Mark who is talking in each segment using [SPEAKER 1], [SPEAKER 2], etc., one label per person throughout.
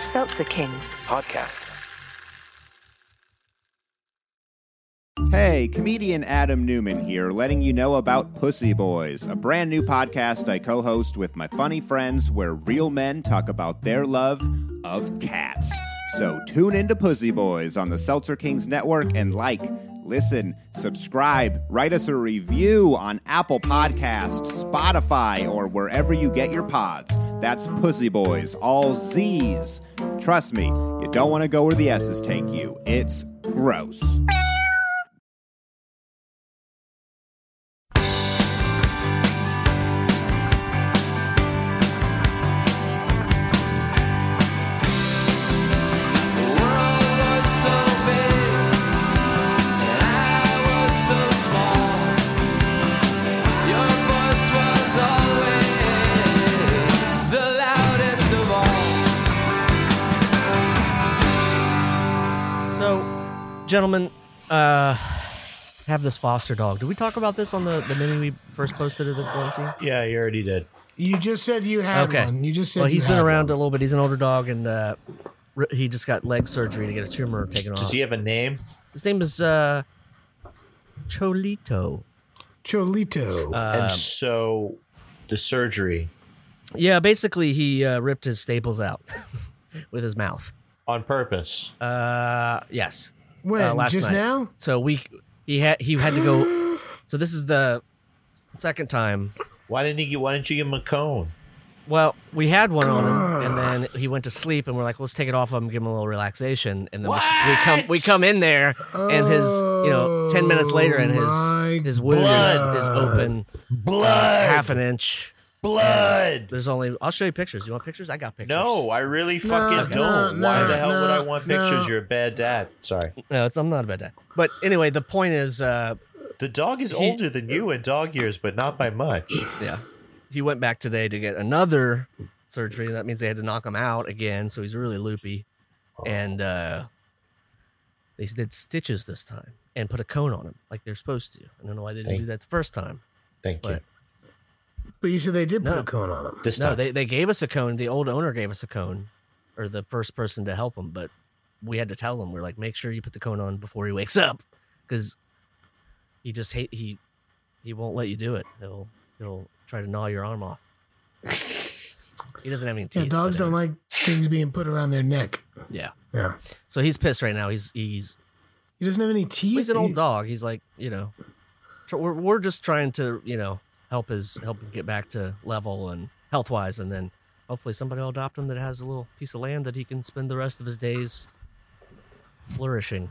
[SPEAKER 1] Seltzer Kings.
[SPEAKER 2] podcasts.
[SPEAKER 3] Hey, comedian Adam Newman here, letting you know about Pussy Boys, a brand new podcast I co host with my funny friends where real men talk about their love of cats. So tune into Pussy Boys on the Seltzer Kings Network and like, listen, subscribe, write us a review on Apple Podcasts, Spotify, or wherever you get your pods. That's Pussy Boys, all Z's. Trust me, you don't want to go where the S's take you. It's gross.
[SPEAKER 4] So, gentlemen, uh, have this foster dog. Did we talk about this on the, the mini we first posted of the quarantine?
[SPEAKER 5] Yeah, you already did.
[SPEAKER 6] You just said you had
[SPEAKER 4] Okay.
[SPEAKER 6] one. You just said
[SPEAKER 4] Well,
[SPEAKER 6] you
[SPEAKER 4] he's been
[SPEAKER 6] had
[SPEAKER 4] around
[SPEAKER 6] one.
[SPEAKER 4] a little bit. He's an older dog, and uh, re- he just got leg surgery to get a tumor taken
[SPEAKER 5] Does
[SPEAKER 4] off.
[SPEAKER 5] he have a name?
[SPEAKER 4] His name is uh, Cholito. uh,
[SPEAKER 6] Cholito.
[SPEAKER 4] Um,
[SPEAKER 5] and so the surgery
[SPEAKER 4] Yeah, basically, he uh, ripped his staples out with his mouth.
[SPEAKER 5] on purpose.
[SPEAKER 4] Uh, yes.
[SPEAKER 6] when?
[SPEAKER 4] uh, last
[SPEAKER 6] just
[SPEAKER 4] night.
[SPEAKER 6] now?
[SPEAKER 4] So we he had he had to go. so this is the second time.
[SPEAKER 5] why didn't he? Why didn't you give him a cone?
[SPEAKER 4] Uh, Well, we had one on him, and then he went to sleep, and we're like, let's take it off of him, give him a little relaxation, and then we, we come we come in there, and his you know ten minutes later, and
[SPEAKER 6] Oh my
[SPEAKER 4] his his wound
[SPEAKER 5] blood.
[SPEAKER 4] is, is open
[SPEAKER 5] Blood,
[SPEAKER 4] half an inch.
[SPEAKER 5] blood.
[SPEAKER 4] There's only I'll show you pictures. You want pictures? I got pictures.
[SPEAKER 5] No, I really fucking
[SPEAKER 6] No,
[SPEAKER 5] don't.
[SPEAKER 6] no,
[SPEAKER 5] why
[SPEAKER 6] no,
[SPEAKER 5] the hell would I
[SPEAKER 6] no,
[SPEAKER 5] want pictures?
[SPEAKER 6] no.
[SPEAKER 5] You're a bad dad. Sorry.
[SPEAKER 4] no, it's, I'm not about that. But anyway, the point is, uh,
[SPEAKER 5] The dog is
[SPEAKER 4] He-
[SPEAKER 5] older than you in dog years, but not by much.
[SPEAKER 4] yeah, he went back today to get another surgery. That means they had to knock him out again, so he's really loopy, and uh, they did stitches this time and put a cone on him like they're supposed to. I don't know why they didn't
[SPEAKER 5] Thank-
[SPEAKER 4] do that the first time.
[SPEAKER 5] Thank you.
[SPEAKER 4] But-
[SPEAKER 6] But you said they did put
[SPEAKER 4] No.
[SPEAKER 6] a cone on him.
[SPEAKER 5] This
[SPEAKER 4] No,
[SPEAKER 5] time,
[SPEAKER 4] they they gave us a cone. The old owner gave us a cone, or the first person to help him, but we had to tell him we're like, make sure you put the cone on before he wakes up, because he just hate he he won't let you do it. He'll he'll try to gnaw your arm off. he doesn't have any teeth.
[SPEAKER 6] Yeah, dogs
[SPEAKER 4] but, uh,
[SPEAKER 6] don't like things being put around their neck.
[SPEAKER 4] Yeah,
[SPEAKER 6] Yeah.
[SPEAKER 4] so he's pissed right now. He's he's
[SPEAKER 6] He doesn't have any teeth.
[SPEAKER 4] he's an
[SPEAKER 6] He-
[SPEAKER 4] old dog. He's like you know, tr- we're we're just trying to you know help his help him get back to level and health wise, and then hopefully somebody will adopt him that has a little piece of land that he can spend the rest of his days flourishing.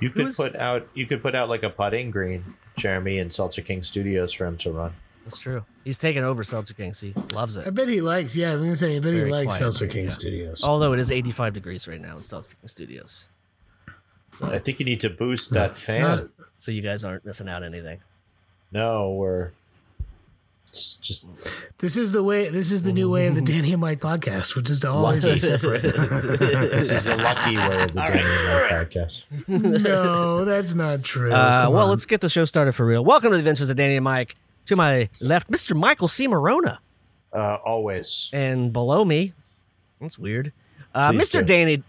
[SPEAKER 5] you could
[SPEAKER 4] who's-
[SPEAKER 5] put out you could put out like a putting green, Jeremy, and Seltzer King Studios for him to run.
[SPEAKER 4] That's true. He's taken over Seltzer Kings. He loves
[SPEAKER 6] I
[SPEAKER 4] it.
[SPEAKER 6] bet he likes, yeah, I'm going to say, I bet
[SPEAKER 4] Very
[SPEAKER 6] he likes
[SPEAKER 4] quiet,
[SPEAKER 6] Seltzer
[SPEAKER 4] yeah. Oh,
[SPEAKER 6] King Studios.
[SPEAKER 4] Although it is 85 degrees right now in Seltzer King Studios,
[SPEAKER 5] I think you need to boost that fan.
[SPEAKER 4] so you guys aren't missing out on anything.
[SPEAKER 5] No, we're it's just
[SPEAKER 6] This is the way, this is the new way of the Danny and Mike podcast, which is to always be separate.
[SPEAKER 5] this is the lucky way of the Danny and Mike podcast.
[SPEAKER 6] no, that's not true.
[SPEAKER 4] Uh,
[SPEAKER 6] Come
[SPEAKER 4] well,
[SPEAKER 6] on.
[SPEAKER 4] let's get the show started for real. Welcome to the Adventures of Danny and Mike. To my left, Mr. Michael C. Morona.
[SPEAKER 5] Uh, always.
[SPEAKER 4] and below me, that's weird. Uh,
[SPEAKER 5] Please
[SPEAKER 4] Mr.
[SPEAKER 5] do.
[SPEAKER 4] Danny,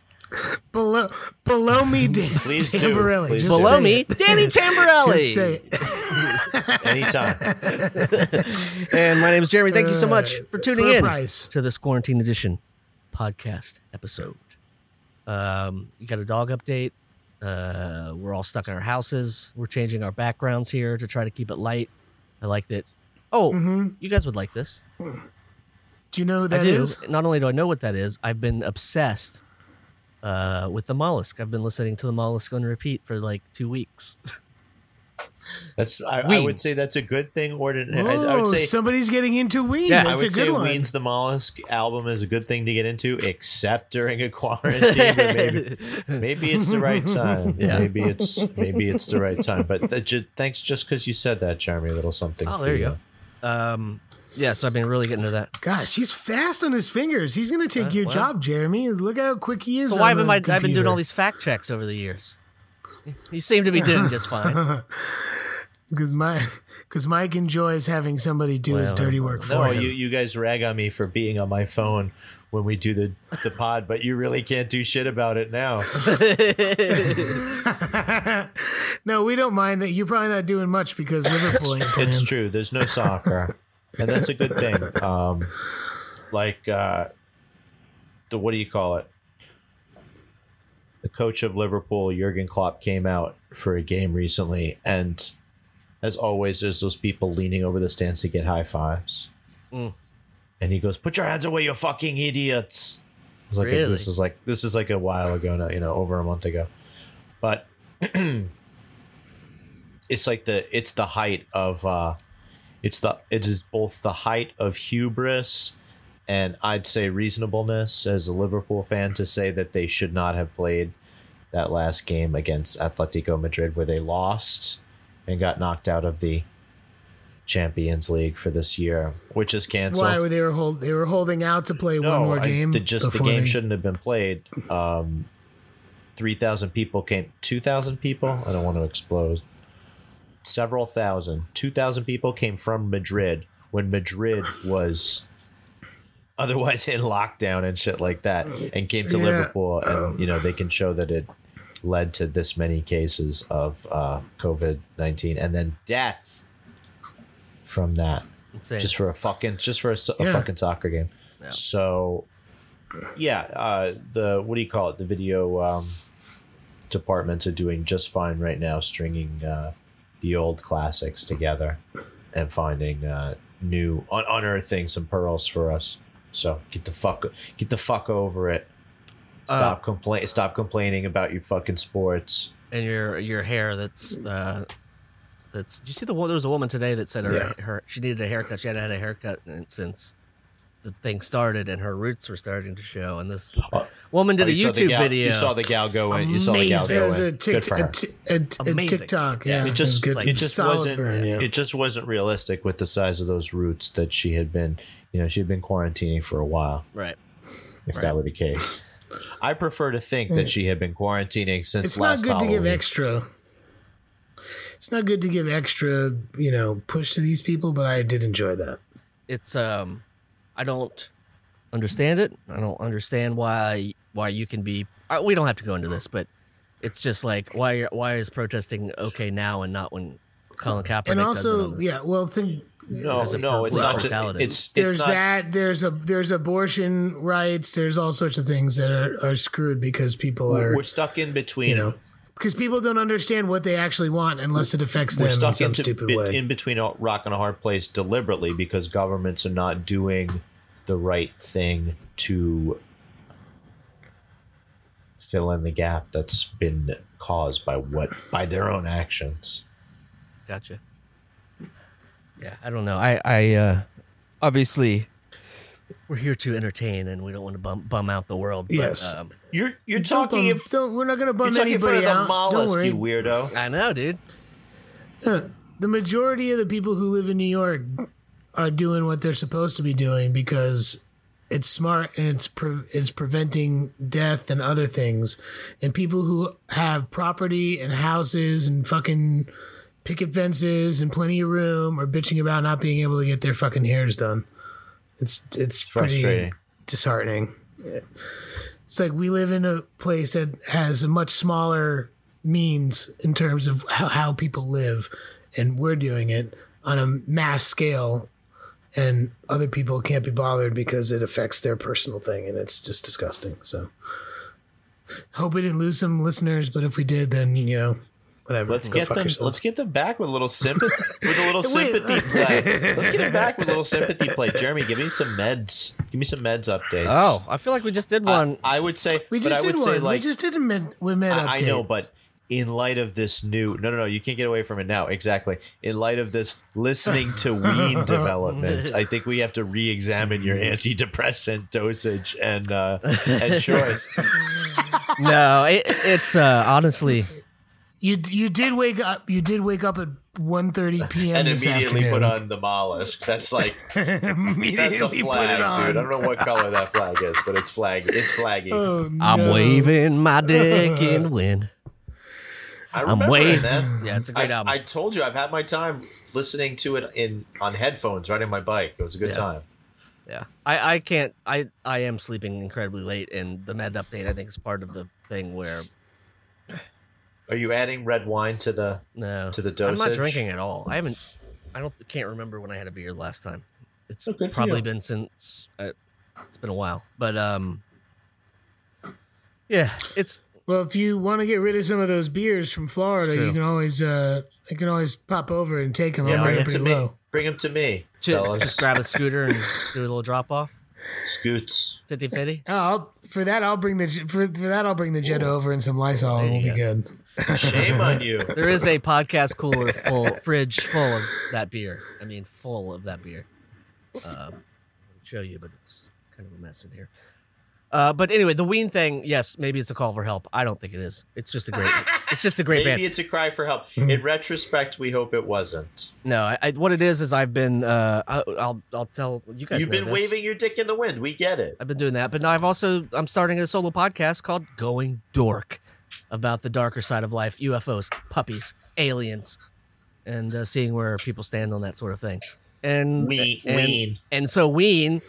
[SPEAKER 6] below, below me, Dan,
[SPEAKER 5] Please do.
[SPEAKER 6] Tamborelli.
[SPEAKER 5] Please
[SPEAKER 6] Just
[SPEAKER 5] do.
[SPEAKER 6] say
[SPEAKER 4] below me,
[SPEAKER 6] it.
[SPEAKER 4] Danny
[SPEAKER 6] Just say
[SPEAKER 4] Tamborelli.
[SPEAKER 6] it.
[SPEAKER 5] Anytime.
[SPEAKER 4] and my name is Jeremy. Thank you so much
[SPEAKER 6] Uh,
[SPEAKER 4] for tuning
[SPEAKER 6] for a
[SPEAKER 4] in
[SPEAKER 6] price.
[SPEAKER 4] to this quarantine edition podcast episode. Um, you got a dog update. Uh, we're all stuck in our houses. We're changing our backgrounds here to try to keep it light. I like that. Oh, you guys would like this.
[SPEAKER 6] Do you know who
[SPEAKER 4] I
[SPEAKER 6] Mm-hmm. that
[SPEAKER 4] do.
[SPEAKER 6] is?
[SPEAKER 4] Not only do I know what that is, I've been obsessed uh, with the mollusk. I've been listening to the mollusk on repeat for like two weeks.
[SPEAKER 5] That's I, I
[SPEAKER 4] Ween. Oh,
[SPEAKER 5] would say that's a good thing. Or to, I, I
[SPEAKER 6] Whoa,
[SPEAKER 5] would say
[SPEAKER 6] Oh, somebody's getting into weed.
[SPEAKER 4] Yeah.
[SPEAKER 5] I
[SPEAKER 6] That's
[SPEAKER 5] would
[SPEAKER 6] a
[SPEAKER 5] say
[SPEAKER 6] good one.
[SPEAKER 5] Ween's the Mollusk album is a good thing to get into, except during a quarantine. but maybe maybe it's the right time.
[SPEAKER 4] Yeah.
[SPEAKER 5] Maybe it's maybe it's the right time. But that ju- thanks just because you said that, Jeremy. A little something.
[SPEAKER 4] Oh,
[SPEAKER 5] for
[SPEAKER 4] there you go. Um, yeah, so I've been really getting into that.
[SPEAKER 6] Gosh, he's fast on his fingers. He's going to
[SPEAKER 5] Uh,
[SPEAKER 6] take your
[SPEAKER 4] well.
[SPEAKER 6] job, Jeremy. Look how quick he is.
[SPEAKER 4] So why
[SPEAKER 6] on
[SPEAKER 4] have
[SPEAKER 6] the
[SPEAKER 4] I, I've been doing
[SPEAKER 6] computer.
[SPEAKER 4] all these fact checks over the years? You seem to be doing just fine.
[SPEAKER 6] Because Mike, because Mike enjoys having somebody do his
[SPEAKER 4] Well,
[SPEAKER 6] dirty work for
[SPEAKER 5] No,
[SPEAKER 6] him.
[SPEAKER 5] you, you guys rag on me for being on my phone when we do the, the pod, but you really can't do shit about it now.
[SPEAKER 6] no, we don't mind that. You're probably not doing much because Liverpool ain't playing.
[SPEAKER 5] It's true. There's no soccer, and that's a good thing. Um, like uh, the what do you call it? The coach of Liverpool, Jurgen Klopp, came out for a game recently, and as always, there's those people leaning over the stands to get high fives,
[SPEAKER 4] Mm.
[SPEAKER 5] and he goes, "Put your hands away, you fucking idiots!" I was like,
[SPEAKER 4] Really?
[SPEAKER 5] "This is like this is like a while ago now, you know, over a month ago," but it's like the it's the height of uh it's the it is both the height of hubris and I'd say reasonableness as a Liverpool fan to say that they should not have played that last game against Atletico Madrid where they lost and got knocked out of the Champions League for this year, which is canceled.
[SPEAKER 6] Why were they were hold, they were holding out to play
[SPEAKER 5] No,
[SPEAKER 6] one more
[SPEAKER 5] I-
[SPEAKER 6] game?
[SPEAKER 5] the- just the
[SPEAKER 6] before
[SPEAKER 5] game
[SPEAKER 6] they-
[SPEAKER 5] shouldn't have been played. Um, Three thousand people came. Two thousand people. I don't want to explode. Several thousand. Two thousand people came from Madrid when Madrid was otherwise in lockdown and shit like that, and came to
[SPEAKER 6] Yeah.
[SPEAKER 5] Liverpool, and you know they can show that it led to this many cases of uh, COVID nineteen, and then death from that
[SPEAKER 4] Insane.
[SPEAKER 5] just for a fucking just for a, so- a
[SPEAKER 6] Yeah.
[SPEAKER 5] fucking soccer game.
[SPEAKER 4] Yeah.
[SPEAKER 5] So yeah, uh, the what do you call it? The video um, departments are doing just fine right now, stringing uh, the old classics together and finding uh, new un- unearthing some pearls for us. So get the fuck get the fuck over it.
[SPEAKER 4] Uh,
[SPEAKER 5] Stop complain. Stop complaining about your fucking sports.
[SPEAKER 4] and your your hair that's uh that's did you see the one there was a woman today that said her,
[SPEAKER 6] Yeah.
[SPEAKER 4] her she needed a haircut she hadn't had a haircut and since the thing started and her roots were starting to show and this
[SPEAKER 5] Oh,
[SPEAKER 4] woman did
[SPEAKER 5] oh,
[SPEAKER 4] a
[SPEAKER 5] you saw the
[SPEAKER 4] youtube
[SPEAKER 5] gal-
[SPEAKER 4] video
[SPEAKER 5] You saw the gal go in. You saw the gal
[SPEAKER 4] Amazing.
[SPEAKER 5] go
[SPEAKER 6] There
[SPEAKER 5] in.
[SPEAKER 6] was a,
[SPEAKER 5] Good
[SPEAKER 6] tic,
[SPEAKER 5] for
[SPEAKER 6] a,
[SPEAKER 5] her.
[SPEAKER 6] t- a, a
[SPEAKER 4] Amazing.
[SPEAKER 6] TikTok.
[SPEAKER 4] Yeah.
[SPEAKER 6] Yeah,
[SPEAKER 5] it just
[SPEAKER 6] good.
[SPEAKER 5] it just
[SPEAKER 6] Solid
[SPEAKER 5] wasn't
[SPEAKER 6] burn, yeah.
[SPEAKER 5] it just wasn't realistic with the size of those roots that she had been you know she had been quarantining for a while
[SPEAKER 4] right
[SPEAKER 5] if
[SPEAKER 4] Right.
[SPEAKER 5] that were the case i prefer to think that she had been quarantining since
[SPEAKER 6] it's not
[SPEAKER 5] last
[SPEAKER 6] good to
[SPEAKER 5] Halloween.
[SPEAKER 6] give extra. It's not good to give extra, you know, push to these people, but I did enjoy that.
[SPEAKER 4] it's um i don't understand it i don't understand why why you can be I, we don't have to go into this but it's just like why why is protesting okay now and not when colin kaepernick
[SPEAKER 6] and
[SPEAKER 4] does it on
[SPEAKER 6] also,
[SPEAKER 4] the-
[SPEAKER 6] yeah, well, think
[SPEAKER 5] no
[SPEAKER 4] There's a
[SPEAKER 5] no it's
[SPEAKER 4] purpose
[SPEAKER 5] not just,
[SPEAKER 4] mentality.
[SPEAKER 5] it's it's
[SPEAKER 6] there's
[SPEAKER 5] not
[SPEAKER 6] that. There's a there's abortion rights. There's all sorts of things that are, are screwed because people are
[SPEAKER 5] we're stuck in between
[SPEAKER 6] you know because people don't understand what they actually want unless it affects them
[SPEAKER 5] we're
[SPEAKER 6] in
[SPEAKER 5] stuck
[SPEAKER 6] some
[SPEAKER 5] into-
[SPEAKER 6] stupid
[SPEAKER 5] be-
[SPEAKER 6] way.
[SPEAKER 5] in between a rock and a hard place deliberately because governments are not doing the right thing to fill in the gap that's been caused by what by their own actions.
[SPEAKER 4] Gotcha. Yeah, I don't know. I, I uh, obviously we're here to entertain, and we don't want to bum, bum out the world. But,
[SPEAKER 6] Yes.
[SPEAKER 4] um,
[SPEAKER 5] You're you're
[SPEAKER 6] Don't
[SPEAKER 5] talking
[SPEAKER 6] bum-
[SPEAKER 5] if
[SPEAKER 6] don't- we're not
[SPEAKER 5] you're
[SPEAKER 6] going to bum
[SPEAKER 5] talking for
[SPEAKER 6] anybody
[SPEAKER 5] the
[SPEAKER 6] out. Don't
[SPEAKER 5] mollusk,
[SPEAKER 6] worry.
[SPEAKER 5] you weirdo.
[SPEAKER 4] I know, dude.
[SPEAKER 6] Uh, the majority of the people who live in New York are doing what they're supposed to be doing because it's smart and it's pre- it's preventing death and other things. And people who have property and houses and fucking picket fences and plenty of room are bitching about not being able to get their fucking hairs done. It's it's pretty
[SPEAKER 5] Frustrating.
[SPEAKER 6] disheartening. It's like we live in a place that has a much smaller means in terms of how, how people live, and we're doing it on a mass scale, and other people can't be bothered because it affects their personal thing, and it's just disgusting. So, hope we didn't lose some listeners, but if we did, then you know, whatever.
[SPEAKER 5] Let's
[SPEAKER 6] Go
[SPEAKER 5] get
[SPEAKER 6] fuck
[SPEAKER 5] them.
[SPEAKER 6] yourself.
[SPEAKER 5] Let's get them back with a little sympathy. with a little
[SPEAKER 6] Wait.
[SPEAKER 5] sympathy play. Let's get them back with a little sympathy play. Jeremy, give me some meds. Give me some meds updates.
[SPEAKER 4] Oh, I feel like we just did
[SPEAKER 5] I,
[SPEAKER 4] one.
[SPEAKER 5] I would say.
[SPEAKER 6] We
[SPEAKER 5] but
[SPEAKER 6] just
[SPEAKER 5] I
[SPEAKER 6] did
[SPEAKER 5] would
[SPEAKER 6] one.
[SPEAKER 5] say like
[SPEAKER 6] we just did a med, we med update.
[SPEAKER 5] I, I know, but in light of this new, no, no, no, you can't get away from it now. Exactly. In light of this listening to wean development, I think we have to re-examine your antidepressant dosage and uh, and choice.
[SPEAKER 4] no, it, it's uh, honestly,
[SPEAKER 6] you you did wake up. You did wake up at 1.30 p.m.
[SPEAKER 5] and
[SPEAKER 6] this
[SPEAKER 5] immediately
[SPEAKER 6] afternoon.
[SPEAKER 5] put on the mollusk. That's like that's a
[SPEAKER 6] Immediately put
[SPEAKER 5] flag,
[SPEAKER 6] it on.
[SPEAKER 5] dude. I don't know what color that flag is, but it's flag. It's flaggy.
[SPEAKER 6] Oh,
[SPEAKER 4] I'm
[SPEAKER 6] no.
[SPEAKER 4] waving my dick in the wind.
[SPEAKER 5] I
[SPEAKER 4] I'm
[SPEAKER 5] remember
[SPEAKER 4] waving.
[SPEAKER 5] it, man.
[SPEAKER 4] Yeah, it's a great
[SPEAKER 5] I,
[SPEAKER 4] album.
[SPEAKER 5] I told you I've had my time listening to it in on headphones riding my bike. It was a good
[SPEAKER 4] Yeah.
[SPEAKER 5] time.
[SPEAKER 4] Yeah, I, I can't. I I am sleeping incredibly late, and the med update I think is part of the thing where
[SPEAKER 5] Are you adding red wine to the
[SPEAKER 4] no,
[SPEAKER 5] to the
[SPEAKER 4] I'm
[SPEAKER 5] dosage?
[SPEAKER 4] not drinking at all. I haven't. I don't can't remember when I had a beer last time. It's
[SPEAKER 5] Oh, good for
[SPEAKER 4] probably
[SPEAKER 5] you.
[SPEAKER 4] been since uh, it's been a while, but um, yeah, it's
[SPEAKER 6] Well, if you want to get rid of some of those beers from Florida,
[SPEAKER 4] It's true.
[SPEAKER 6] you can always uh, you can always pop over and take them.
[SPEAKER 4] Yeah,
[SPEAKER 6] I'll
[SPEAKER 5] Bring
[SPEAKER 6] bring
[SPEAKER 4] yeah.
[SPEAKER 5] them
[SPEAKER 6] it
[SPEAKER 5] to
[SPEAKER 6] pretty
[SPEAKER 5] me.
[SPEAKER 6] low.
[SPEAKER 5] Bring them to me.
[SPEAKER 4] to,
[SPEAKER 5] fellas.
[SPEAKER 4] just grab a scooter and do a little drop off,
[SPEAKER 5] scoots.
[SPEAKER 4] 50-50.
[SPEAKER 6] Oh, I'll, for that I'll bring the for, for that I'll bring the Jetta over and some Lysol, and we'll be good.
[SPEAKER 5] Shame on you.
[SPEAKER 4] There is a podcast cooler full fridge full of that beer. I mean, full of that beer. Um, I'll show you, but it's kind of a mess in here. Uh, but anyway, the Ween thing, yes, maybe it's a call for help. I don't think it is. It's just a great, it's just a great
[SPEAKER 5] Maybe
[SPEAKER 4] band.
[SPEAKER 5] it's a cry for help.
[SPEAKER 6] Mm-hmm.
[SPEAKER 5] In retrospect, we hope it wasn't.
[SPEAKER 4] No, I, I, what it is is I've been, uh, I, I'll, I'll tell you guys.
[SPEAKER 5] You've
[SPEAKER 4] know
[SPEAKER 5] been
[SPEAKER 4] this.
[SPEAKER 5] waving your dick in the wind. We get it.
[SPEAKER 4] I've been doing that, but now I've also I'm starting a solo podcast called Going Dork about the darker side of life, UFOs, puppies, aliens, and uh, seeing where people stand on that sort of thing. And
[SPEAKER 5] We-
[SPEAKER 4] and,
[SPEAKER 5] ween.
[SPEAKER 4] and so ween.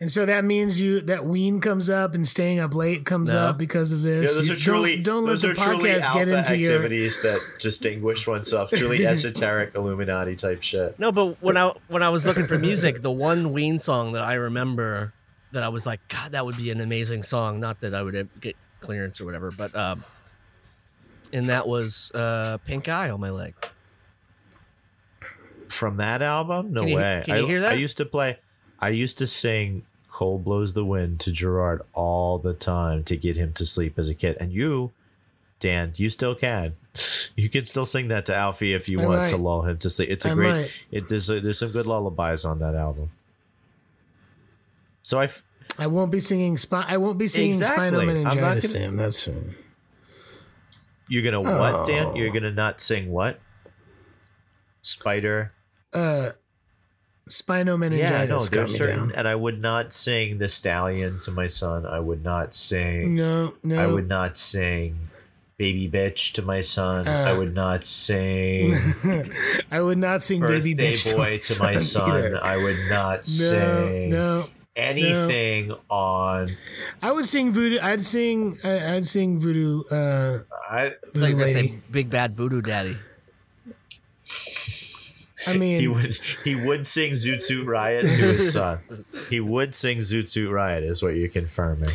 [SPEAKER 6] And so that means you that ween comes up and staying up late comes
[SPEAKER 4] No.
[SPEAKER 6] up because of
[SPEAKER 5] Yeah,
[SPEAKER 6] this.
[SPEAKER 5] those
[SPEAKER 6] You
[SPEAKER 5] are truly
[SPEAKER 6] don't, don't
[SPEAKER 5] those
[SPEAKER 6] let
[SPEAKER 5] are
[SPEAKER 6] the
[SPEAKER 5] truly
[SPEAKER 6] podcast
[SPEAKER 5] alpha
[SPEAKER 6] get into your.
[SPEAKER 5] activities that distinguish oneself. Truly esoteric Illuminati type shit.
[SPEAKER 4] No, but when I when I was looking for music, the one Ween song that I remember that I was like, God, that would be an amazing song. Not that I would ev- get clearance or whatever, but um, and that was uh, Pink Eye on my leg.
[SPEAKER 5] From that album? No
[SPEAKER 4] Can you-
[SPEAKER 5] way.
[SPEAKER 4] can you
[SPEAKER 5] I,
[SPEAKER 4] hear that?
[SPEAKER 5] I used to play. I used to sing "Cold Blows the Wind" to Gerard all the time to get him to sleep as a kid. And you, Dan, you still can. You can still sing that to Alfie if you
[SPEAKER 6] I
[SPEAKER 5] want to
[SPEAKER 6] might.
[SPEAKER 5] lull him to sleep. It's a
[SPEAKER 6] I
[SPEAKER 5] great.
[SPEAKER 6] might.
[SPEAKER 5] It there's there's some good lullabies on that album. So I f-
[SPEAKER 6] I won't be singing. Spi- I won't be singing
[SPEAKER 5] Exactly.
[SPEAKER 6] spinal
[SPEAKER 5] I'm not
[SPEAKER 6] meningitis.
[SPEAKER 5] gonna-
[SPEAKER 6] Sam, that's fine.
[SPEAKER 5] You're gonna what, Dan? You're gonna not sing what? Spider.
[SPEAKER 6] Uh, spinal meningitis
[SPEAKER 5] yeah, no,
[SPEAKER 6] got
[SPEAKER 5] there's
[SPEAKER 6] me
[SPEAKER 5] certain,
[SPEAKER 6] down.
[SPEAKER 5] and I would not sing the stallion to my son. I would not sing.
[SPEAKER 6] No, no.
[SPEAKER 5] I would not sing baby bitch to my son. I
[SPEAKER 6] Uh.
[SPEAKER 5] would not sing
[SPEAKER 6] I would not sing
[SPEAKER 5] birthday
[SPEAKER 6] baby bitch
[SPEAKER 5] boy to my son.
[SPEAKER 6] either.
[SPEAKER 5] I would not
[SPEAKER 6] No,
[SPEAKER 5] sing
[SPEAKER 6] no.
[SPEAKER 5] anything on.
[SPEAKER 6] I would sing voodoo. I'd sing. I, I'd sing voodoo. Uh,
[SPEAKER 5] I,
[SPEAKER 6] voodoo
[SPEAKER 4] Like they
[SPEAKER 6] lady.
[SPEAKER 4] say, Big Bad Voodoo Daddy.
[SPEAKER 6] I
[SPEAKER 5] he
[SPEAKER 6] mean,
[SPEAKER 5] would he would sing Zoot Suit Riot to his son. He would sing Zoot Suit Riot, is what you're confirming.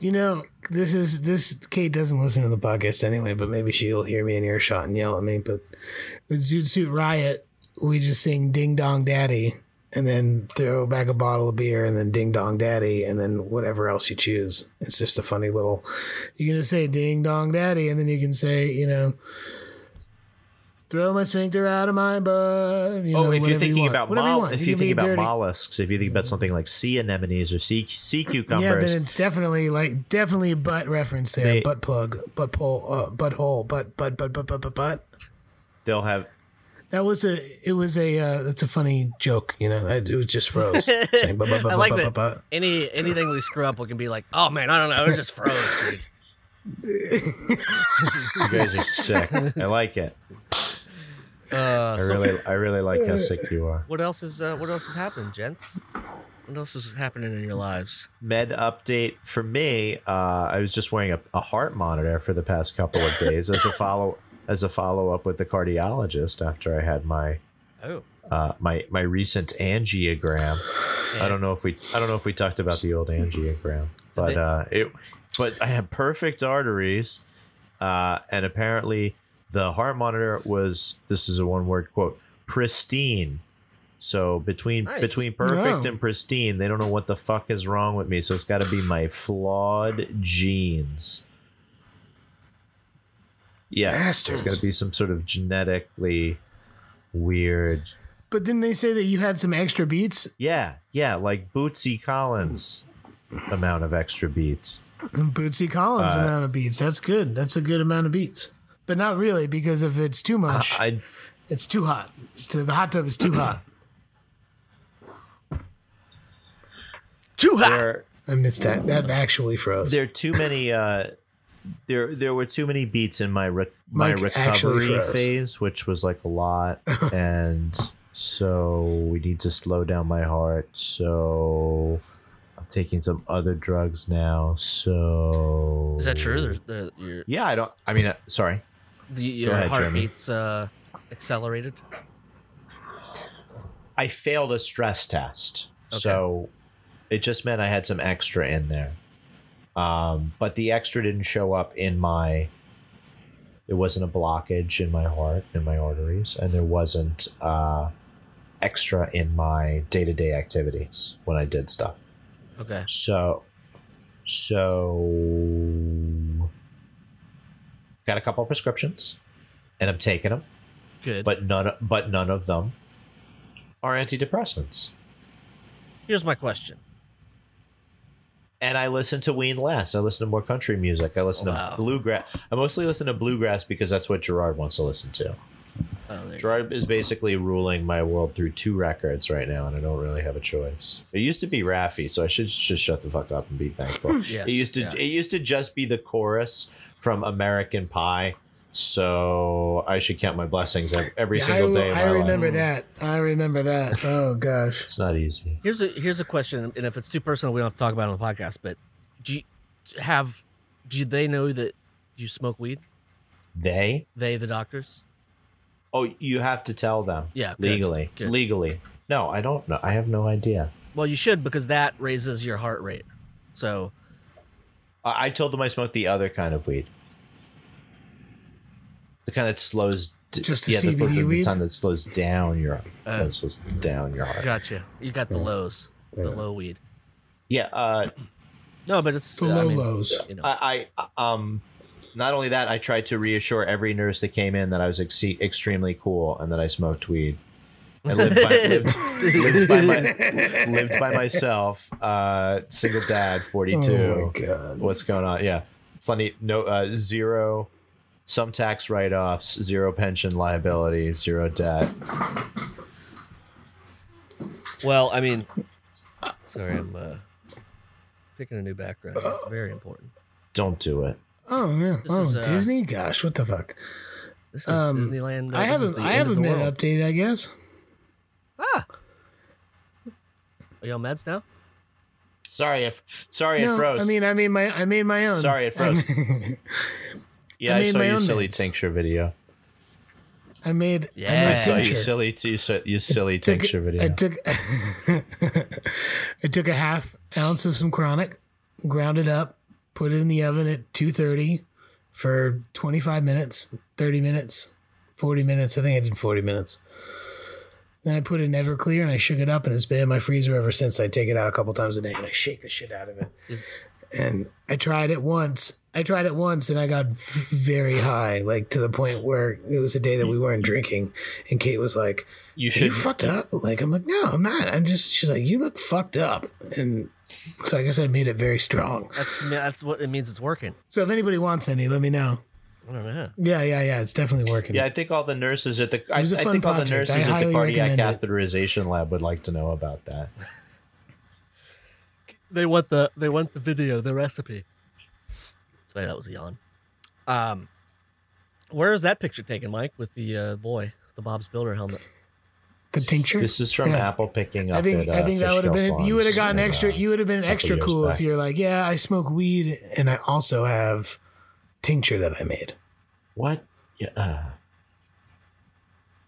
[SPEAKER 6] you know, this is this. Kate doesn't listen to the podcast anyway, but maybe she'll hear me in earshot and yell at me. But with Zoot Suit Riot, we just sing "Ding Dong Daddy" and then throw back a bottle of beer and then "Ding Dong Daddy" and then whatever else you choose. It's just a funny little. You can just say "Ding Dong Daddy" and then you can say, you know. Throw my sphincter out of my butt. You
[SPEAKER 5] Oh,
[SPEAKER 6] know,
[SPEAKER 5] if
[SPEAKER 6] whatever
[SPEAKER 5] you're
[SPEAKER 6] you
[SPEAKER 5] thinking
[SPEAKER 6] want.
[SPEAKER 5] about
[SPEAKER 6] Whatever
[SPEAKER 5] mol-
[SPEAKER 6] want.
[SPEAKER 5] if
[SPEAKER 6] You
[SPEAKER 5] you
[SPEAKER 6] can
[SPEAKER 5] think
[SPEAKER 6] be
[SPEAKER 5] about
[SPEAKER 6] dirty. Mm.
[SPEAKER 5] mollusks, if you think about something like sea anemones or sea sea
[SPEAKER 6] Yeah,
[SPEAKER 5] cucumbers,
[SPEAKER 6] then it's definitely like definitely a butt reference there.
[SPEAKER 5] They-
[SPEAKER 6] butt plug, butt pole, uh, butt hole, butt butt butt butt butt butt butt.
[SPEAKER 5] they'll have
[SPEAKER 6] That was a. It was a. Uh, that's a funny joke. You know, I, it was just froze. saying, butt, butt, butt,
[SPEAKER 4] I like
[SPEAKER 6] butt,
[SPEAKER 4] that.
[SPEAKER 6] butt, butt.
[SPEAKER 4] Any anything we screw up, we can be like, "Oh man, I don't know, it just froze." Dude.
[SPEAKER 5] you guys are sick. I like it.
[SPEAKER 4] Uh,
[SPEAKER 5] I
[SPEAKER 4] so
[SPEAKER 5] really I really like how sick you are.
[SPEAKER 4] what else is uh, what else has happened, gents? What else is happening in your lives?
[SPEAKER 5] Med update for me. Uh, I was just wearing a, a heart monitor for the past couple of days as a follow as a follow up with the cardiologist after I had my
[SPEAKER 4] Oh,
[SPEAKER 5] uh, my my recent angiogram. I don't know if we I don't know if we talked about the old angiogram, but uh, it but I had perfect arteries, uh, and apparently the heart monitor was this is a one word quote pristine. So between
[SPEAKER 4] Nice.
[SPEAKER 5] between perfect
[SPEAKER 6] Wow.
[SPEAKER 5] and pristine, they don't know what the fuck is wrong with me. So it's got to be my flawed genes. Yeah,
[SPEAKER 6] Bastards.
[SPEAKER 5] it's got to be some sort of genetically weird
[SPEAKER 6] But didn't they say that you had some extra beats?
[SPEAKER 5] yeah, yeah, like Bootsy Collins amount of extra beats.
[SPEAKER 6] Mm, Bootsy Collins
[SPEAKER 5] Uh,
[SPEAKER 6] amount of beats. That's good. That's a good amount of beats. But not really because if it's too much,
[SPEAKER 5] I
[SPEAKER 6] it's too hot. So the hot tub is too hot.
[SPEAKER 4] too hot.
[SPEAKER 5] there
[SPEAKER 6] I missed that. That actually froze.
[SPEAKER 5] there are too many uh there there were too many beats in my rec- my
[SPEAKER 6] Mike actually
[SPEAKER 5] recovery
[SPEAKER 6] froze.
[SPEAKER 5] phase, which was like a lot and So we need to slow down my heart. So I'm taking some other drugs now. So
[SPEAKER 4] Is that true? There's the your
[SPEAKER 5] Yeah, I don't. I mean, uh, sorry.
[SPEAKER 4] the, your
[SPEAKER 5] ahead, Jeremy.
[SPEAKER 4] heartbeat's uh, accelerated.
[SPEAKER 5] I failed a stress test.
[SPEAKER 4] Okay.
[SPEAKER 5] So it just meant I had some extra in there. Um, but the extra didn't show up in my. There wasn't a blockage in my heart, in my arteries, and there wasn't uh, extra in my day to day activities when I did stuff.
[SPEAKER 4] Okay.
[SPEAKER 5] So, so got a couple prescriptions, and I'm taking them,
[SPEAKER 4] Good.
[SPEAKER 5] but none, but none of them are antidepressants.
[SPEAKER 4] here's my question.
[SPEAKER 5] And I listen to Ween less. I listen to more country music. I listen
[SPEAKER 4] Wow.
[SPEAKER 5] to bluegrass. I mostly listen to bluegrass because that's what Gerard wants to listen to.
[SPEAKER 4] Oh, there you
[SPEAKER 5] Gerard is basically ruling my world through two records right now, and I don't really have a choice. It used to be Raffi, so I should just shut the fuck up and be thankful.
[SPEAKER 4] Yes,
[SPEAKER 5] it used to
[SPEAKER 4] yeah.
[SPEAKER 5] it used to just be the chorus from American Pie, so I should count my blessings ev- every
[SPEAKER 6] Yeah,
[SPEAKER 5] single
[SPEAKER 6] I,
[SPEAKER 5] day. Of
[SPEAKER 6] I
[SPEAKER 5] my
[SPEAKER 6] remember
[SPEAKER 5] life.
[SPEAKER 6] that. I remember that. Oh gosh.
[SPEAKER 5] It's not easy.
[SPEAKER 4] Here's a here's a question, and if it's too personal, we don't have to talk about it on the podcast. But do you have do they know that you smoke weed?
[SPEAKER 5] They.
[SPEAKER 4] They, the doctors.
[SPEAKER 5] Oh, you have to tell them.
[SPEAKER 4] Yeah, good,
[SPEAKER 5] legally.
[SPEAKER 4] good.
[SPEAKER 5] Legally. No, I don't know. I have no idea.
[SPEAKER 4] Well, you should because that raises your heart rate. So
[SPEAKER 5] I I told them I smoked the other kind of weed, the kind that slows. d-
[SPEAKER 6] Just the
[SPEAKER 5] the,
[SPEAKER 6] CBD weed?
[SPEAKER 5] kind that slows down your that slows down your heart.
[SPEAKER 4] gotcha. You got the lows, the low weed.
[SPEAKER 5] Yeah, uh,
[SPEAKER 4] No, but it's
[SPEAKER 6] The
[SPEAKER 4] uh, I
[SPEAKER 6] low
[SPEAKER 4] mean,
[SPEAKER 6] lows.
[SPEAKER 4] You know,
[SPEAKER 5] I, I um, not only that, I tried to reassure every nurse that came in that I was ex- extremely cool and that I smoked weed. I lived by, lived, lived by, my, lived by myself, uh, single dad, forty two.
[SPEAKER 6] Oh my god.
[SPEAKER 5] what's going on. Yeah, plenty. No, uh, zero. Some tax write-offs, zero pension liability, zero debt.
[SPEAKER 4] well, I mean, sorry, I'm uh, picking a new background.
[SPEAKER 6] Uh,
[SPEAKER 4] It's very important.
[SPEAKER 5] Don't do it.
[SPEAKER 6] Oh yeah.
[SPEAKER 4] This
[SPEAKER 6] Oh
[SPEAKER 4] is, uh,
[SPEAKER 6] Disney. Gosh, what the fuck.
[SPEAKER 4] This is
[SPEAKER 6] Um,
[SPEAKER 4] Disneyland. uh,
[SPEAKER 6] I
[SPEAKER 4] this is the
[SPEAKER 6] haven't. I
[SPEAKER 4] end of
[SPEAKER 6] haven't
[SPEAKER 4] the
[SPEAKER 6] been
[SPEAKER 4] world.
[SPEAKER 6] updated. I guess.
[SPEAKER 4] Are you on meds now?
[SPEAKER 5] Sorry if sorry
[SPEAKER 6] No,
[SPEAKER 5] it froze.
[SPEAKER 6] I mean, I made my. I made my own.
[SPEAKER 5] Sorry, it froze. yeah,
[SPEAKER 6] I
[SPEAKER 5] I,
[SPEAKER 6] made
[SPEAKER 5] saw
[SPEAKER 6] my
[SPEAKER 5] your
[SPEAKER 6] own
[SPEAKER 5] silly
[SPEAKER 6] meds.
[SPEAKER 5] tincture video.
[SPEAKER 6] I made.
[SPEAKER 4] Yeah.
[SPEAKER 5] I
[SPEAKER 6] I
[SPEAKER 5] saw
[SPEAKER 6] made
[SPEAKER 5] you
[SPEAKER 6] tincture.
[SPEAKER 5] silly you, si- you silly
[SPEAKER 6] Took-
[SPEAKER 5] tincture video.
[SPEAKER 6] I took. I took a half ounce of some chronic, ground it up, put it in the oven at two thirty, for twenty five minutes, thirty minutes, forty minutes. I think I did forty minutes. Then I put it in Everclear and I shook it up and it's been in my freezer ever since. I take it out a couple times a day and I shake the shit out of it.
[SPEAKER 4] Is-
[SPEAKER 6] and I tried it once. I tried it once and I got v- very high, like to the point where it was a day that we weren't drinking. And Kate was like,
[SPEAKER 5] you
[SPEAKER 6] "You
[SPEAKER 5] should
[SPEAKER 6] fucked up." Like I'm like, "No, I'm not. I'm just." She's like, "You look fucked up." And so I guess I made it very strong.
[SPEAKER 4] That's that's what it means. It's working.
[SPEAKER 6] So if anybody wants any, let me know.
[SPEAKER 4] I don't know.
[SPEAKER 6] Yeah, yeah, yeah. It's definitely working.
[SPEAKER 5] Yeah, I think all the nurses at the I, I
[SPEAKER 6] was a fun
[SPEAKER 5] think all the
[SPEAKER 6] project. I
[SPEAKER 5] nurses at the
[SPEAKER 6] highly
[SPEAKER 5] cardiac
[SPEAKER 6] recommend it.
[SPEAKER 5] catheterization lab would like to know about that.
[SPEAKER 4] They want the they want the video, the recipe. Sorry, that was a yawn. Um, where is that picture taken, Mike, with the uh, boy, with the Bob's Builder helmet?
[SPEAKER 6] The tincture.
[SPEAKER 5] This is from
[SPEAKER 6] Yeah.
[SPEAKER 5] Apple picking up.
[SPEAKER 6] I think
[SPEAKER 5] at,
[SPEAKER 6] I
[SPEAKER 5] uh,
[SPEAKER 6] think that would have
[SPEAKER 5] Fishkill
[SPEAKER 6] been
[SPEAKER 5] Farms
[SPEAKER 6] you would have gotten
[SPEAKER 5] and,
[SPEAKER 6] extra
[SPEAKER 5] uh,
[SPEAKER 6] you would have been extra
[SPEAKER 5] years
[SPEAKER 6] cool
[SPEAKER 5] back.
[SPEAKER 6] if you're like, yeah, I smoke weed and I also have tincture that I made.
[SPEAKER 5] What? Yeah. uh.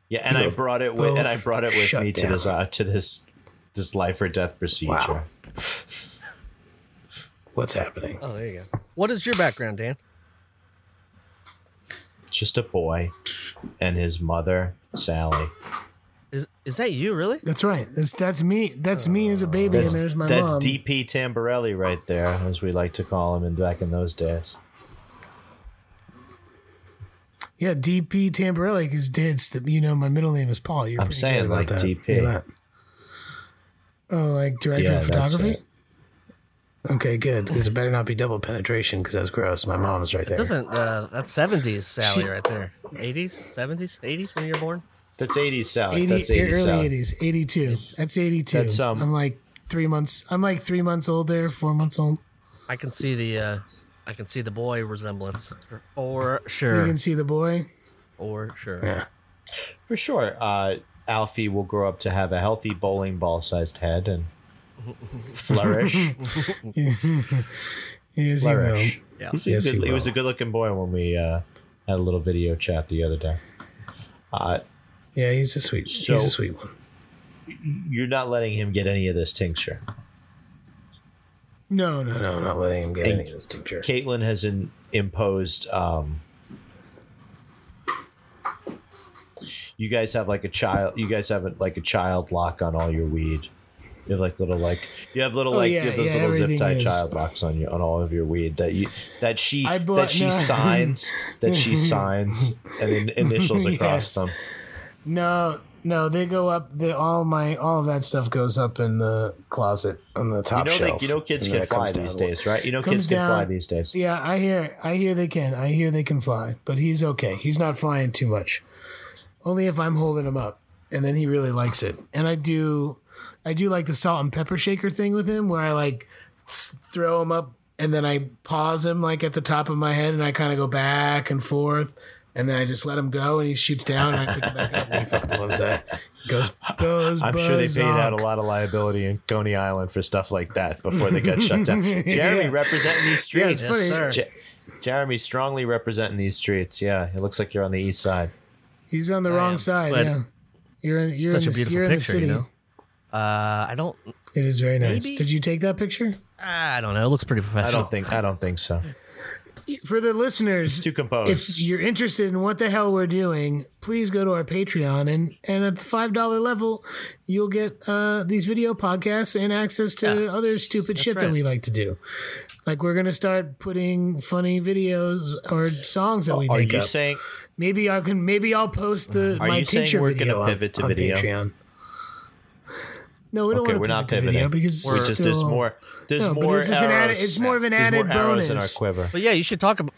[SPEAKER 5] Yeah, and I
[SPEAKER 6] have
[SPEAKER 5] brought it with, and I
[SPEAKER 6] both
[SPEAKER 5] brought it with
[SPEAKER 6] shut
[SPEAKER 5] me to
[SPEAKER 6] down.
[SPEAKER 5] this uh, to this this life or death procedure.
[SPEAKER 6] Wow. What's happening?
[SPEAKER 5] Uh,
[SPEAKER 4] Oh, there you go. What is your background, Dan?
[SPEAKER 5] It's just a boy and his mother Sally.
[SPEAKER 4] Is is that you really?
[SPEAKER 6] That's right. That's that's me. That's me as a baby, and there's my
[SPEAKER 5] That's
[SPEAKER 6] mom.
[SPEAKER 5] DP Tamborelli right there, as we like to call him in back in those days.
[SPEAKER 6] Yeah, DP Tamborelli, because it's the, you know my middle name is Paul. You're
[SPEAKER 5] I'm
[SPEAKER 6] pretty
[SPEAKER 5] saying,
[SPEAKER 6] good about
[SPEAKER 5] like,
[SPEAKER 6] that.
[SPEAKER 5] DP.
[SPEAKER 6] You're not- Oh, like director
[SPEAKER 5] Yeah,
[SPEAKER 6] of
[SPEAKER 5] that's
[SPEAKER 6] photography. Okay, good. Because it better not be double penetration, because that's gross. My mom is right there.
[SPEAKER 4] Doesn't uh, that's seventies Sally
[SPEAKER 6] She-
[SPEAKER 4] right there? Eighties, seventies, eighties when you're born.
[SPEAKER 5] That's 80s Sally.
[SPEAKER 6] 80,
[SPEAKER 5] That's 80s
[SPEAKER 6] early
[SPEAKER 5] Sally.
[SPEAKER 6] eighties, eighty two. That's eighty two.
[SPEAKER 5] That's, um,
[SPEAKER 6] I'm like three months. I'm like three months old there, four months old.
[SPEAKER 4] I can see the uh, I can see the boy resemblance for, for
[SPEAKER 6] You
[SPEAKER 4] sure.
[SPEAKER 6] can see the boy.
[SPEAKER 4] For sure.
[SPEAKER 5] For sure. Uh, Alfie will grow up to have a healthy bowling ball sized head and flourish.
[SPEAKER 6] Yes, you will.
[SPEAKER 5] flourish.
[SPEAKER 4] Yeah.
[SPEAKER 5] He's a
[SPEAKER 6] Yes,
[SPEAKER 5] good-
[SPEAKER 6] he
[SPEAKER 5] he, was
[SPEAKER 6] will.
[SPEAKER 5] a good looking boy when we uh, had a little video chat the other day. Uh,
[SPEAKER 6] Yeah, he's a sweet.
[SPEAKER 5] So-
[SPEAKER 6] he's a sweet one.
[SPEAKER 5] you're not letting him get any of this tincture.
[SPEAKER 6] No, no, no, not letting him get
[SPEAKER 5] Hey,
[SPEAKER 6] any of this tincture.
[SPEAKER 5] Caitlin has in, imposed. Um, you guys have like a child. You guys have like a child lock on all your weed. You have like little like you have little
[SPEAKER 6] Oh,
[SPEAKER 5] like
[SPEAKER 6] yeah,
[SPEAKER 5] you have those
[SPEAKER 6] yeah,
[SPEAKER 5] little zip
[SPEAKER 6] everything
[SPEAKER 5] tie
[SPEAKER 6] is-
[SPEAKER 5] child locks on you on all of your weed that you that she
[SPEAKER 6] I bought-
[SPEAKER 5] that she
[SPEAKER 6] no.
[SPEAKER 5] signs that she signs and then initials across
[SPEAKER 6] Yes.
[SPEAKER 5] them.
[SPEAKER 6] No, no, they go up. They all my all of that stuff goes up in the closet on the
[SPEAKER 5] You
[SPEAKER 6] top
[SPEAKER 5] know,
[SPEAKER 6] shelf.
[SPEAKER 5] like, you know, kids
[SPEAKER 6] and
[SPEAKER 5] can
[SPEAKER 6] then it
[SPEAKER 5] fly
[SPEAKER 6] comes down
[SPEAKER 5] these
[SPEAKER 6] to one.
[SPEAKER 5] days, right? You know,
[SPEAKER 6] Comes
[SPEAKER 5] kids can fly
[SPEAKER 6] down-
[SPEAKER 5] these days.
[SPEAKER 6] Yeah, I hear, I hear they can. I hear they can fly, but he's okay. He's not flying too much. Only if I'm holding him up, and then he really likes it. And I do, I do like the salt and pepper shaker thing with him, where I like s- throw him up, and then I pause him like at the top of my head, and I kind of go back and forth. And then I just let him go, and he shoots down, and I pick him back up. And he fucking loves that. Goes, goes.
[SPEAKER 5] I'm sure they paid out a
[SPEAKER 6] Buzzhawk.
[SPEAKER 5] lot of liability in Coney Island for stuff like that before they got shut down. Jeremy
[SPEAKER 6] Yeah.
[SPEAKER 5] representing these
[SPEAKER 6] Yeah, it's
[SPEAKER 5] streets.
[SPEAKER 6] funny.
[SPEAKER 5] Je- Jeremy strongly representing these streets. Yeah, it looks like you're on the east side.
[SPEAKER 6] He's on the
[SPEAKER 4] I
[SPEAKER 6] wrong
[SPEAKER 4] am,
[SPEAKER 6] side.
[SPEAKER 4] but
[SPEAKER 6] Yeah, you're in. You're
[SPEAKER 4] Such
[SPEAKER 6] in
[SPEAKER 4] a
[SPEAKER 6] the,
[SPEAKER 4] beautiful
[SPEAKER 6] you're in the
[SPEAKER 4] picture,
[SPEAKER 6] city.
[SPEAKER 4] you know. Uh, I don't.
[SPEAKER 6] It is very nice.
[SPEAKER 4] Maybe-
[SPEAKER 6] Did you take that picture?
[SPEAKER 4] I don't know. It looks pretty
[SPEAKER 5] I
[SPEAKER 4] professional.
[SPEAKER 5] don't think. I don't think so.
[SPEAKER 6] For the listeners,
[SPEAKER 5] Too composed.
[SPEAKER 6] if you're interested in what the hell we're doing, please go to our Patreon and and at the five dollar level, you'll get uh, these video podcasts and access to other stupid shit that
[SPEAKER 4] right.
[SPEAKER 6] we like to do. Like we're gonna start putting funny videos or songs that we
[SPEAKER 5] Are
[SPEAKER 6] make
[SPEAKER 5] you
[SPEAKER 6] up.
[SPEAKER 5] saying?
[SPEAKER 6] maybe I can. Maybe I'll post the
[SPEAKER 5] Are
[SPEAKER 6] my
[SPEAKER 5] you saying
[SPEAKER 6] teacher
[SPEAKER 5] we're
[SPEAKER 6] video
[SPEAKER 5] gonna
[SPEAKER 6] on,
[SPEAKER 5] pivot to
[SPEAKER 6] on
[SPEAKER 5] video?
[SPEAKER 6] Patreon. No, we don't
[SPEAKER 5] Okay,
[SPEAKER 6] want to
[SPEAKER 5] we're not
[SPEAKER 6] pivot to
[SPEAKER 5] pivoting.
[SPEAKER 6] video because
[SPEAKER 5] We're
[SPEAKER 6] it's
[SPEAKER 5] just
[SPEAKER 6] still,
[SPEAKER 5] there's more. There's
[SPEAKER 6] No, but
[SPEAKER 5] more
[SPEAKER 6] this
[SPEAKER 5] arrows.
[SPEAKER 6] is an added- it's more of an
[SPEAKER 5] There's more
[SPEAKER 6] added
[SPEAKER 5] arrows in our
[SPEAKER 6] bonus.
[SPEAKER 5] quiver.
[SPEAKER 4] But yeah, you should talk about.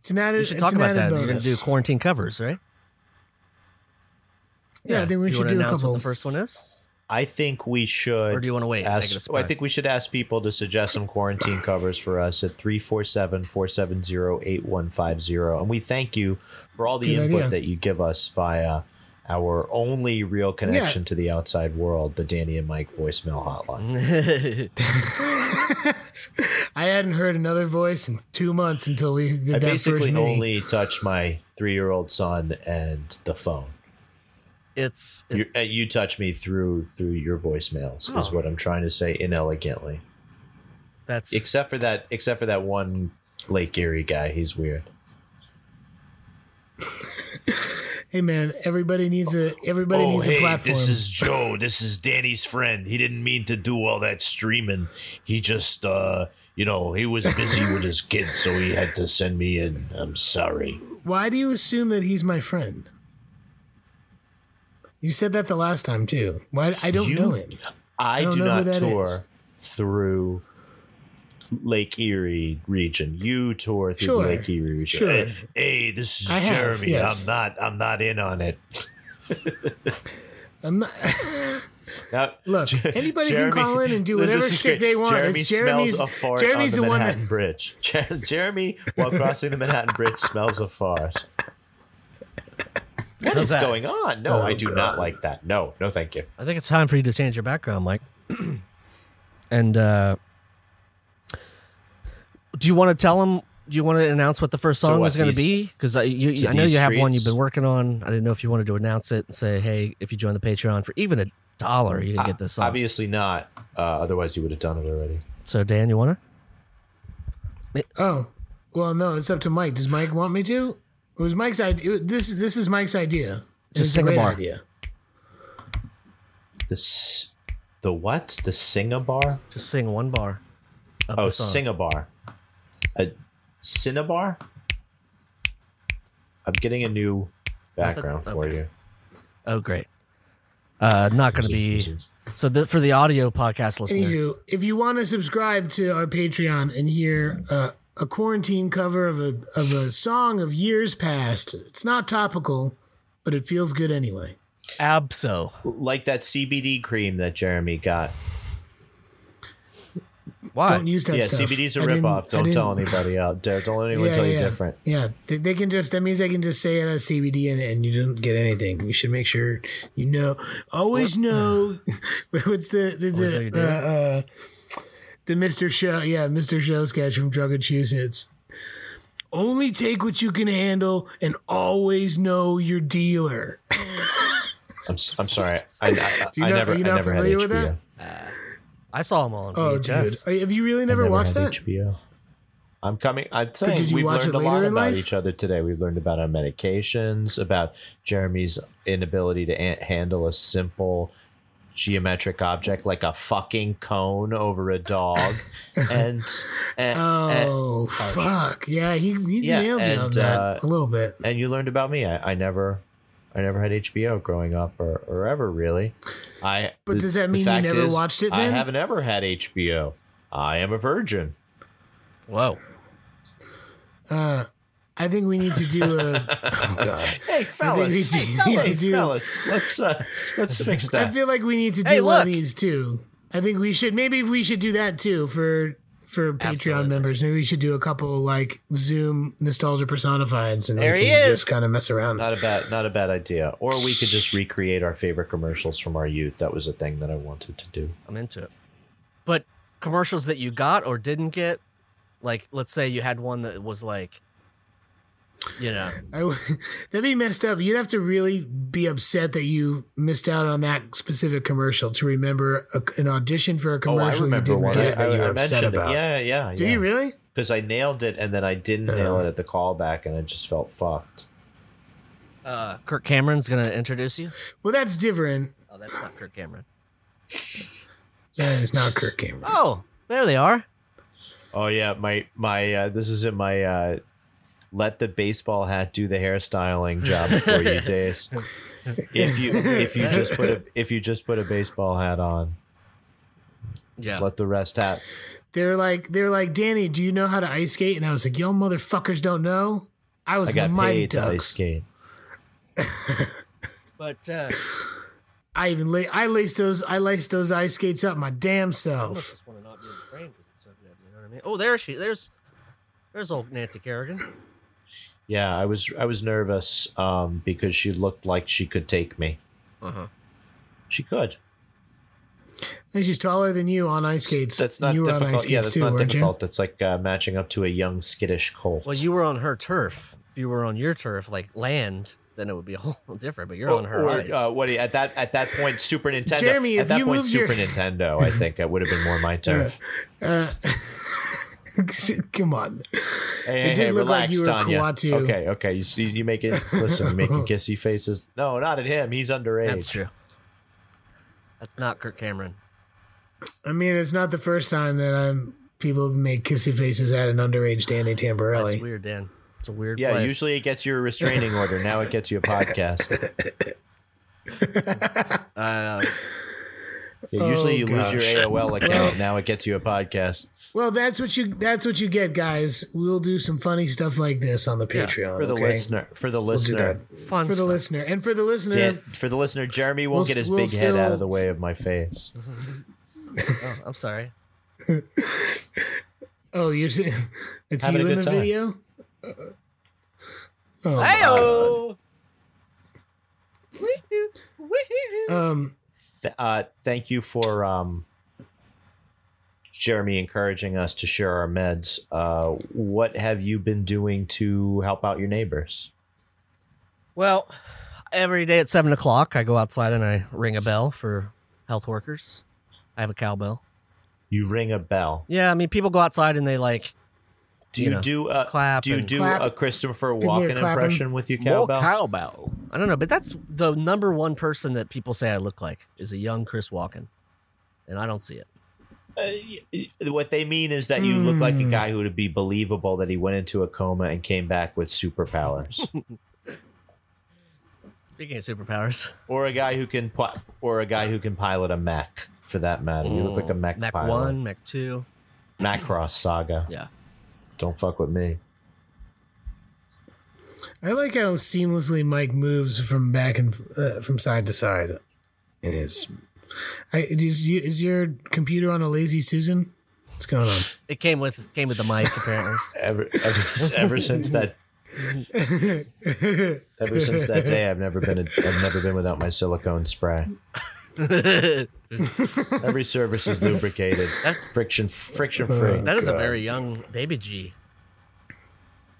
[SPEAKER 6] It's an added.
[SPEAKER 4] You should
[SPEAKER 6] it's
[SPEAKER 4] talk
[SPEAKER 6] an
[SPEAKER 4] about
[SPEAKER 6] added
[SPEAKER 4] that. You're gonna
[SPEAKER 6] bonus.
[SPEAKER 4] do quarantine covers, right?
[SPEAKER 6] Yeah, I think we
[SPEAKER 4] you
[SPEAKER 6] should
[SPEAKER 4] wanna
[SPEAKER 6] do a
[SPEAKER 4] announce
[SPEAKER 6] couple.
[SPEAKER 4] What the first one is,
[SPEAKER 5] I think we should.
[SPEAKER 4] or do you want to wait? and make it a
[SPEAKER 5] ask, I
[SPEAKER 4] surprise?
[SPEAKER 5] think we should ask people to suggest some quarantine covers for us at 347-470-8150. And we thank you for all the
[SPEAKER 6] Good
[SPEAKER 5] input
[SPEAKER 6] idea.
[SPEAKER 5] that you give us via our only real connection to the outside world, the Danny and Mike voicemail
[SPEAKER 4] Mm-hmm.
[SPEAKER 5] hotline.
[SPEAKER 6] I hadn't heard another voice in two months until we did
[SPEAKER 5] I
[SPEAKER 6] that first
[SPEAKER 5] basically
[SPEAKER 6] meeting.
[SPEAKER 5] only touch my three-year-old son and the phone.
[SPEAKER 4] it's it-
[SPEAKER 5] You, uh, you touch me through through your voicemails is
[SPEAKER 4] Oh.
[SPEAKER 5] what I'm trying to say inelegantly.
[SPEAKER 4] that's
[SPEAKER 5] Except for that, except for that one Lake Erie guy. He's weird.
[SPEAKER 6] hey man, everybody needs a everybody needs a platform.
[SPEAKER 5] Oh, this is Joe. This is Danny's friend. He didn't mean to do all that streaming. He just, uh, you know, he was busy with his kids, so he had to send me in. I'm sorry.
[SPEAKER 6] Why do you assume that he's my friend? You said that the last time too. Why I don't
[SPEAKER 5] You-
[SPEAKER 6] know him.
[SPEAKER 5] I,
[SPEAKER 6] don't
[SPEAKER 5] do
[SPEAKER 6] know who
[SPEAKER 5] not
[SPEAKER 6] that
[SPEAKER 5] tour
[SPEAKER 6] is.
[SPEAKER 5] through Lake Erie region. You tour through
[SPEAKER 6] Sure,
[SPEAKER 5] the Lake Erie region.
[SPEAKER 6] sure.
[SPEAKER 5] Hey, hey, this is
[SPEAKER 6] I have,
[SPEAKER 5] Jeremy.
[SPEAKER 6] yes.
[SPEAKER 5] I'm not. I'm not in on it.
[SPEAKER 6] I'm not,
[SPEAKER 5] Now-
[SPEAKER 6] look, anybody
[SPEAKER 5] Jeremy-
[SPEAKER 6] can call in and do
[SPEAKER 5] this
[SPEAKER 6] whatever
[SPEAKER 5] is great.
[SPEAKER 6] shit they want.
[SPEAKER 5] Jeremy
[SPEAKER 6] it's Jeremy's.
[SPEAKER 5] smells a fart
[SPEAKER 6] Jeremy's
[SPEAKER 5] on the,
[SPEAKER 6] the, one
[SPEAKER 5] Manhattan
[SPEAKER 6] that
[SPEAKER 5] Bridge. Jer- Jeremy, while crossing the Manhattan Bridge, smells a fart. What
[SPEAKER 4] How's
[SPEAKER 5] is
[SPEAKER 4] that?
[SPEAKER 5] going on? No,
[SPEAKER 6] Oh,
[SPEAKER 5] I do
[SPEAKER 6] God.
[SPEAKER 5] not like that. No, no, thank you.
[SPEAKER 4] I think it's time for you to change your background, Mike. and uh, do you want to tell them? Do you want to announce what the first
[SPEAKER 5] So
[SPEAKER 4] song
[SPEAKER 5] what,
[SPEAKER 4] is going to
[SPEAKER 5] these-
[SPEAKER 4] be? Because I, you,
[SPEAKER 5] to
[SPEAKER 4] I know
[SPEAKER 5] these
[SPEAKER 4] you have one you've
[SPEAKER 5] streets?
[SPEAKER 4] been working on. I didn't know if you wanted to announce it and say, "Hey, if you join the Patreon for even a dollar, you
[SPEAKER 5] Ah,
[SPEAKER 4] can get this song."
[SPEAKER 5] Obviously not. Uh, otherwise, you would have done it already.
[SPEAKER 4] so, Dan, you want
[SPEAKER 6] Oh, well, no, it's up to Mike. Does Mike want me to? It was Mike's idea. This is this is Mike's idea. And
[SPEAKER 4] Just
[SPEAKER 6] it's
[SPEAKER 4] sing a
[SPEAKER 6] great
[SPEAKER 4] bar.
[SPEAKER 6] idea.
[SPEAKER 5] The s- the what? The Cinnabar?
[SPEAKER 4] to just sing one bar? Of
[SPEAKER 5] Oh,
[SPEAKER 4] the song.
[SPEAKER 5] Cinnabar. A Cinnabar? I'm getting a new background for you.
[SPEAKER 4] Oh, great. Uh, not going to be. So the, for the audio podcast listener,
[SPEAKER 6] Anywho, if you want to subscribe to our Patreon and hear uh, a quarantine cover of a of a song of years past, it's not topical, but it feels good anyway.
[SPEAKER 4] Abso.
[SPEAKER 5] like that CBD cream that Jeremy got.
[SPEAKER 4] Why?
[SPEAKER 6] Don't use that
[SPEAKER 5] yeah,
[SPEAKER 6] stuff.
[SPEAKER 5] CBD's a
[SPEAKER 6] I didn't-
[SPEAKER 5] ripoff.
[SPEAKER 6] I
[SPEAKER 5] Don't tell
[SPEAKER 6] didn't-
[SPEAKER 5] anybody out there. Don't let anyone tell you
[SPEAKER 6] yeah.
[SPEAKER 5] different.
[SPEAKER 6] Yeah, they, they can just that means they can just say it as CBD and, and you don't get anything. You should make sure you know. Always know
[SPEAKER 5] Uh.
[SPEAKER 6] what's the the
[SPEAKER 4] Always know
[SPEAKER 6] the,
[SPEAKER 4] you
[SPEAKER 6] uh,
[SPEAKER 4] do it.
[SPEAKER 6] uh, the Mr. Show yeah Mr. Show sketch from Drug and Choose Hits. Only take what you can handle and always know your dealer.
[SPEAKER 5] I'm, s- I'm sorry. I, I,
[SPEAKER 6] you
[SPEAKER 5] I
[SPEAKER 6] not-
[SPEAKER 5] never,
[SPEAKER 6] are you
[SPEAKER 5] I
[SPEAKER 6] not
[SPEAKER 5] never had
[SPEAKER 6] familiar
[SPEAKER 5] HBO.
[SPEAKER 6] with that?
[SPEAKER 4] I saw them all on
[SPEAKER 6] Oh,
[SPEAKER 4] VHS.
[SPEAKER 6] dude, Are- have you really
[SPEAKER 5] I
[SPEAKER 6] never, watched
[SPEAKER 5] had
[SPEAKER 6] that?
[SPEAKER 5] HBO. I'm coming. I'm saying
[SPEAKER 6] did you
[SPEAKER 5] we've
[SPEAKER 6] watch
[SPEAKER 5] learned
[SPEAKER 6] it
[SPEAKER 5] a lot
[SPEAKER 6] later in
[SPEAKER 5] about
[SPEAKER 6] life?
[SPEAKER 5] each other today. We've learned about our medications, about Jeremy's inability to an- handle a simple geometric object like a fucking cone over a dog, and, and, and
[SPEAKER 6] Oh fuck! Yeah, he, he
[SPEAKER 5] Eh, Yeah,
[SPEAKER 6] nailed you on
[SPEAKER 5] and,
[SPEAKER 6] that
[SPEAKER 5] uh,
[SPEAKER 6] a little bit.
[SPEAKER 5] and you learned about me. I, I never, I never had HBO growing up or, or ever really. I.
[SPEAKER 6] But
[SPEAKER 5] the-
[SPEAKER 6] does that
[SPEAKER 5] the
[SPEAKER 6] mean you
[SPEAKER 5] fact
[SPEAKER 6] never
[SPEAKER 5] is,
[SPEAKER 6] watched it
[SPEAKER 5] I
[SPEAKER 6] then?
[SPEAKER 5] haven't ever had HBO. I am a virgin.
[SPEAKER 4] Whoa.
[SPEAKER 6] I think we need to do a. oh God.
[SPEAKER 5] Hey fellas,
[SPEAKER 6] we
[SPEAKER 5] hey,
[SPEAKER 6] do-
[SPEAKER 5] fellas,
[SPEAKER 6] we do-
[SPEAKER 5] fellas, let's uh, let's fix
[SPEAKER 6] I
[SPEAKER 5] that.
[SPEAKER 6] feel like we need to do
[SPEAKER 4] Hey,
[SPEAKER 6] one of
[SPEAKER 4] look.
[SPEAKER 6] these too. I think we should maybe we should do that too for for Patreon
[SPEAKER 4] Absolutely.
[SPEAKER 6] members. Maybe we should do a couple like Zoom nostalgia personifieds and
[SPEAKER 4] There
[SPEAKER 6] we
[SPEAKER 4] he
[SPEAKER 6] can
[SPEAKER 4] is.
[SPEAKER 6] just kind of mess around.
[SPEAKER 5] not a bad, not a bad idea. Or we could just recreate our favorite commercials from our youth. That was a thing that I wanted to do.
[SPEAKER 4] I'm into it. But commercials that you got or didn't get, like let's say you had one that was like, you know,
[SPEAKER 6] I w that'd be messed up. You'd have to really be upset that you missed out on that specific commercial to remember a, an audition
[SPEAKER 5] Oh,
[SPEAKER 6] for a commercial you didn't
[SPEAKER 5] I,
[SPEAKER 6] get that you
[SPEAKER 5] I-
[SPEAKER 6] were
[SPEAKER 5] I
[SPEAKER 6] upset
[SPEAKER 5] mentioned it.
[SPEAKER 6] about.
[SPEAKER 5] Yeah, yeah,
[SPEAKER 6] Do you really?
[SPEAKER 5] Because I nailed it, and then I didn't nail it at the callback, and I just felt fucked.
[SPEAKER 4] uh, Kirk Cameron's gonna introduce you.
[SPEAKER 6] Well, that's different.
[SPEAKER 4] Oh, that's not Kirk Cameron.
[SPEAKER 6] That is not Kirk Cameron.
[SPEAKER 4] Oh, there they are.
[SPEAKER 5] Oh yeah, my my uh, this is in my uh, let the baseball hat do the hairstyling job for you days. If you if you just put a if you just put a baseball hat on,
[SPEAKER 4] Yeah.
[SPEAKER 5] let the rest happen.
[SPEAKER 6] They're like, they're like, Danny, do you know how to ice skate? And I was like, y'all motherfuckers don't know. I was
[SPEAKER 5] I
[SPEAKER 6] the
[SPEAKER 5] got
[SPEAKER 6] Mighty
[SPEAKER 5] paid to ice
[SPEAKER 6] Ducks.
[SPEAKER 5] skate.
[SPEAKER 4] But uh,
[SPEAKER 6] I even la- I laced those, I laced those ice skates up my damn
[SPEAKER 4] I
[SPEAKER 6] self.
[SPEAKER 4] just want to not be in the rain 'cause it's so good. You know what I mean? Oh, there she. There's there's old Nancy Kerrigan.
[SPEAKER 5] Yeah, I was I was nervous um, because she looked like she could take me.
[SPEAKER 4] Uh-huh.
[SPEAKER 5] She could.
[SPEAKER 6] And she's taller than you on ice skates.
[SPEAKER 5] That's not
[SPEAKER 6] you were on ice
[SPEAKER 5] difficult.
[SPEAKER 6] skates
[SPEAKER 5] Yeah, that's
[SPEAKER 6] too,
[SPEAKER 5] not
[SPEAKER 6] weren't
[SPEAKER 5] difficult. That's like uh, matching up to a young skittish colt.
[SPEAKER 4] Well, you were on her turf. If you were on your turf, like land, then it would be a whole different. But you're on her
[SPEAKER 5] Or,
[SPEAKER 4] ice.
[SPEAKER 5] uh, what do you- at that at that point Super Nintendo?
[SPEAKER 6] Jeremy,
[SPEAKER 5] at
[SPEAKER 6] if
[SPEAKER 5] that
[SPEAKER 6] you
[SPEAKER 5] point
[SPEAKER 6] moved your-
[SPEAKER 5] Super Nintendo, I think it would have been more my turn.
[SPEAKER 6] you? Come on.
[SPEAKER 5] Hey, hey,
[SPEAKER 6] did
[SPEAKER 5] hey,
[SPEAKER 6] look like
[SPEAKER 5] relax,
[SPEAKER 6] you were
[SPEAKER 5] Tanya.
[SPEAKER 6] Kuwatu.
[SPEAKER 5] Okay, okay. You see, you make it. Listen, you're making kissy faces. No, not at him. He's underage.
[SPEAKER 4] That's true. That's not Kirk Cameron.
[SPEAKER 6] I mean, it's not the first time that I'm people have made kissy faces at an underage Danny
[SPEAKER 4] It's
[SPEAKER 6] Tamborelli.
[SPEAKER 4] weird, Dan. It's a weird.
[SPEAKER 5] Yeah,
[SPEAKER 4] place.
[SPEAKER 5] usually it gets you a restraining order. Now it gets you a podcast.
[SPEAKER 4] Uh,
[SPEAKER 5] Yeah, usually
[SPEAKER 6] Oh,
[SPEAKER 5] you lose
[SPEAKER 6] gosh.
[SPEAKER 5] your AOL account. Now it gets you a podcast.
[SPEAKER 6] Well, that's what you that's what you get, guys. We'll do some funny stuff like this on the Patreon
[SPEAKER 5] for the
[SPEAKER 6] okay?
[SPEAKER 5] listener for the listener
[SPEAKER 4] fun
[SPEAKER 6] For the
[SPEAKER 4] stuff.
[SPEAKER 6] listener and for the listener,
[SPEAKER 5] Dan, for the listener jeremy won't
[SPEAKER 6] We'll
[SPEAKER 5] get his
[SPEAKER 6] st- we'll
[SPEAKER 5] big head out
[SPEAKER 6] still-
[SPEAKER 5] of the way of my face
[SPEAKER 4] Oh, I'm sorry.
[SPEAKER 6] Oh, you're saying it's
[SPEAKER 5] Having a
[SPEAKER 6] you in
[SPEAKER 5] good
[SPEAKER 6] the
[SPEAKER 5] time. Oh,
[SPEAKER 6] video?
[SPEAKER 4] Heyo.
[SPEAKER 6] Um,
[SPEAKER 5] Th- uh, thank you for um, jeremy encouraging us to share our meds uh, what have you been doing to help out your neighbors
[SPEAKER 4] Well, every day at seven o'clock, I go outside and I ring a bell for health workers. I have a cowbell.
[SPEAKER 5] you ring a bell
[SPEAKER 4] Yeah, I mean, people go outside and they like
[SPEAKER 5] do
[SPEAKER 4] You
[SPEAKER 5] you,
[SPEAKER 4] know,
[SPEAKER 5] do a
[SPEAKER 4] clap
[SPEAKER 5] do you
[SPEAKER 4] and-
[SPEAKER 5] do
[SPEAKER 6] Clap.
[SPEAKER 5] a christopher
[SPEAKER 6] you hear
[SPEAKER 5] walken
[SPEAKER 6] clapping?
[SPEAKER 5] impression with your
[SPEAKER 4] "More
[SPEAKER 5] cowbell
[SPEAKER 4] cowbell. I don't know, but that's the number one person that people say I look like is a young Chris Walken, and I don't see it.
[SPEAKER 5] Uh, y- what they mean is that you look like a guy who would be believable that he went into a coma and came back with superpowers
[SPEAKER 4] Speaking of superpowers,
[SPEAKER 5] or a guy who can pi- or a guy who can pilot a mech for that matter. You look like a mech,
[SPEAKER 4] Mac
[SPEAKER 5] pilot.
[SPEAKER 4] Mm, One, Mac Two.
[SPEAKER 5] Macross Saga.
[SPEAKER 4] Yeah,
[SPEAKER 5] Don't fuck with me.
[SPEAKER 6] I like how seamlessly Mike moves from back and uh, from side to side. It is. I, it is, you, is your computer on a lazy Susan? What's going on?
[SPEAKER 4] It came with came with the mic apparently.
[SPEAKER 5] Ever, ever, ever since that ever since that day, I've never been a, I've never been without my silicone spray.
[SPEAKER 4] that
[SPEAKER 5] Every surface is lubricated, friction friction free.
[SPEAKER 4] is a very young baby G.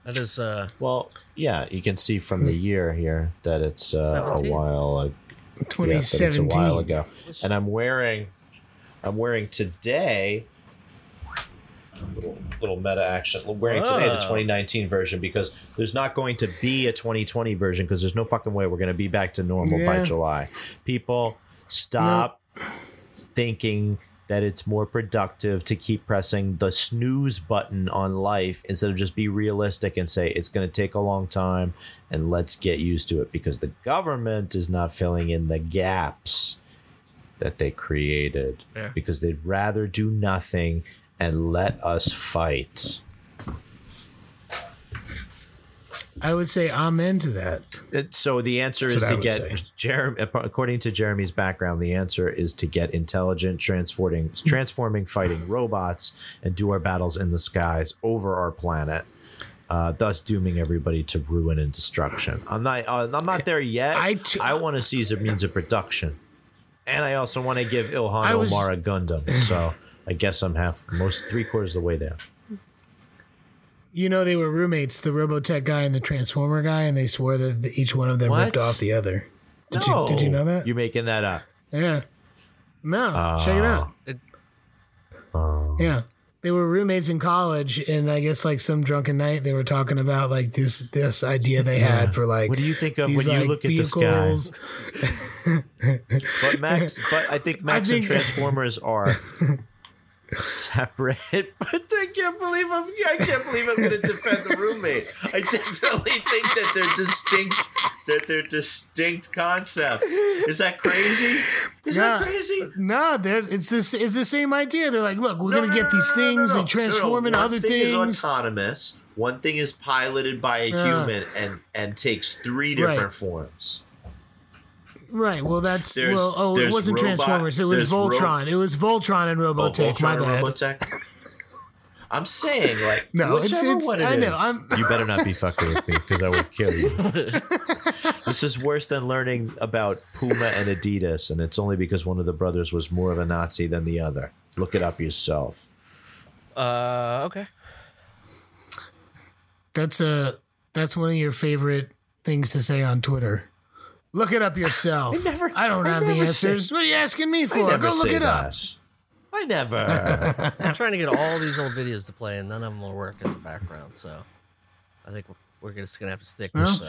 [SPEAKER 4] That is uh
[SPEAKER 5] Well, yeah, you can see from the year here that it's uh, a
[SPEAKER 4] 17?
[SPEAKER 5] while ag- yeah, that it's a
[SPEAKER 6] 2017.
[SPEAKER 5] while ago. And I'm wearing I'm wearing today little, little meta action. I'm wearing today
[SPEAKER 4] Wow.
[SPEAKER 5] the 2019 version because there's not going to be a 2020 version because there's no fucking way we're going to be back to normal by
[SPEAKER 6] Yeah.
[SPEAKER 5] July. People stop thinking that it's more productive to keep pressing the snooze button on life instead of just be realistic and say it's going to take a long time and let's get used to it because the government is not filling in the gaps that they created
[SPEAKER 4] Yeah.
[SPEAKER 5] because they'd rather do nothing and let us fight.
[SPEAKER 6] I would say amen to that.
[SPEAKER 5] It- Uh, so the answer
[SPEAKER 6] That's
[SPEAKER 5] is
[SPEAKER 6] what
[SPEAKER 5] to
[SPEAKER 6] I would
[SPEAKER 5] get Jeremy. According to Jeremy's background, the answer is to get intelligent, transforming, transforming, fighting robots, and do our battles in the skies over our planet, uh, thus dooming everybody to ruin and destruction. I'm not. Uh, I'm not there yet. I
[SPEAKER 6] I t-
[SPEAKER 5] want to see the means of production, and I also want to give Ilhan
[SPEAKER 6] I was-
[SPEAKER 5] Omar a Gundam. So I guess I'm half, most three quarters of the way there.
[SPEAKER 6] You know, they were roommates, the Robotech guy and the Transformer guy, and they swore that the- each one of them
[SPEAKER 5] What?
[SPEAKER 6] ripped off the other. Did
[SPEAKER 5] no,
[SPEAKER 6] you did you know that?
[SPEAKER 5] You're making that up.
[SPEAKER 6] yeah. No, check it
[SPEAKER 5] Uh,
[SPEAKER 6] out.
[SPEAKER 4] it,
[SPEAKER 5] Oh.
[SPEAKER 6] Yeah. They were roommates in college, and I guess like some drunken night, they were talking about like this this idea they had for like
[SPEAKER 5] What do you think of
[SPEAKER 6] these,
[SPEAKER 5] when you
[SPEAKER 6] like,
[SPEAKER 5] look at the
[SPEAKER 6] vehicles.
[SPEAKER 5] sky? But Max, but I think Max
[SPEAKER 6] think-
[SPEAKER 5] and Transformers are separate. But I can't believe I'm I can't believe I'm going to defend the roommate. I definitely think that they're distinct. That they're distinct concepts. Is that crazy? Is that
[SPEAKER 6] Yeah.
[SPEAKER 5] crazy?
[SPEAKER 6] No, they're, it's this it's the same idea. They're like, look, we're
[SPEAKER 5] No,
[SPEAKER 6] gonna
[SPEAKER 5] no,
[SPEAKER 6] get
[SPEAKER 5] no,
[SPEAKER 6] these
[SPEAKER 5] no, no, no,
[SPEAKER 6] things,
[SPEAKER 5] no,
[SPEAKER 6] they transform
[SPEAKER 5] no, no.
[SPEAKER 6] into other
[SPEAKER 5] One thing
[SPEAKER 6] things.
[SPEAKER 5] is autonomous. One thing is piloted by a
[SPEAKER 6] Yeah.
[SPEAKER 5] human and and takes three
[SPEAKER 6] Right.
[SPEAKER 5] different forms.
[SPEAKER 6] Right. Well, that's
[SPEAKER 5] There's-
[SPEAKER 6] well. Oh, it
[SPEAKER 5] there's
[SPEAKER 6] wasn't
[SPEAKER 5] robot-
[SPEAKER 6] Transformers. It was
[SPEAKER 5] there's ro-
[SPEAKER 6] Voltron. it was Voltron and
[SPEAKER 5] Oh,
[SPEAKER 6] Robotech.
[SPEAKER 5] Voltron
[SPEAKER 6] my
[SPEAKER 5] and
[SPEAKER 6] bad.
[SPEAKER 5] Robotech. I'm saying like
[SPEAKER 6] No, it's-
[SPEAKER 5] whichever
[SPEAKER 6] it's-
[SPEAKER 5] one it
[SPEAKER 6] I know,
[SPEAKER 5] is.
[SPEAKER 6] I'm-
[SPEAKER 5] You better not be fucking with me because I will kill you. this is worse than learning about Puma and Adidas, and it's only because one of the brothers was more of a Nazi than the other. Look it up yourself.
[SPEAKER 4] uh okay.
[SPEAKER 6] That's a that's one of your favorite things to say on Twitter. Look it up yourself. I,
[SPEAKER 5] never-
[SPEAKER 6] don't
[SPEAKER 5] I
[SPEAKER 6] have the
[SPEAKER 5] never say-
[SPEAKER 6] answers. what are you asking me
[SPEAKER 5] I
[SPEAKER 6] for?
[SPEAKER 5] never
[SPEAKER 6] Go look
[SPEAKER 5] say
[SPEAKER 6] it up.
[SPEAKER 5] that. I never.
[SPEAKER 4] I'm trying to get all these old videos to play, and none of them will work as a background. So I think we're- we're just gonna have to stick with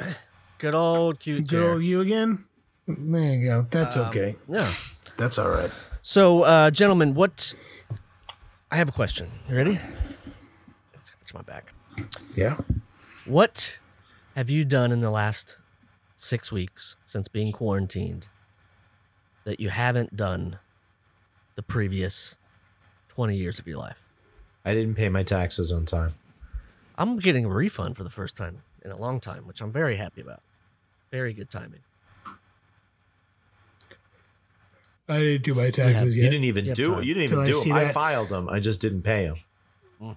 [SPEAKER 4] uh, good old cute
[SPEAKER 6] Good
[SPEAKER 4] chair.
[SPEAKER 6] old you again. There you go. That's
[SPEAKER 5] Um,
[SPEAKER 6] okay.
[SPEAKER 4] Yeah.
[SPEAKER 6] That's all right.
[SPEAKER 4] So, uh, gentlemen, what? I have a question. You ready? Let's catch my back.
[SPEAKER 6] Yeah.
[SPEAKER 4] What have you done in the last six weeks since being quarantined that you haven't done the previous 20 years of your life?
[SPEAKER 5] I didn't pay my taxes on time.
[SPEAKER 4] I'm getting a refund for the first time in a long time, which I'm very happy about. Very good timing.
[SPEAKER 6] I didn't do my taxes
[SPEAKER 5] You
[SPEAKER 6] yet.
[SPEAKER 5] didn't e- even
[SPEAKER 4] You have
[SPEAKER 5] do.
[SPEAKER 4] time.
[SPEAKER 5] You didn't
[SPEAKER 6] Till
[SPEAKER 5] even
[SPEAKER 6] I
[SPEAKER 5] do
[SPEAKER 6] see
[SPEAKER 5] them. I
[SPEAKER 6] that.
[SPEAKER 5] filed them. I just didn't pay them.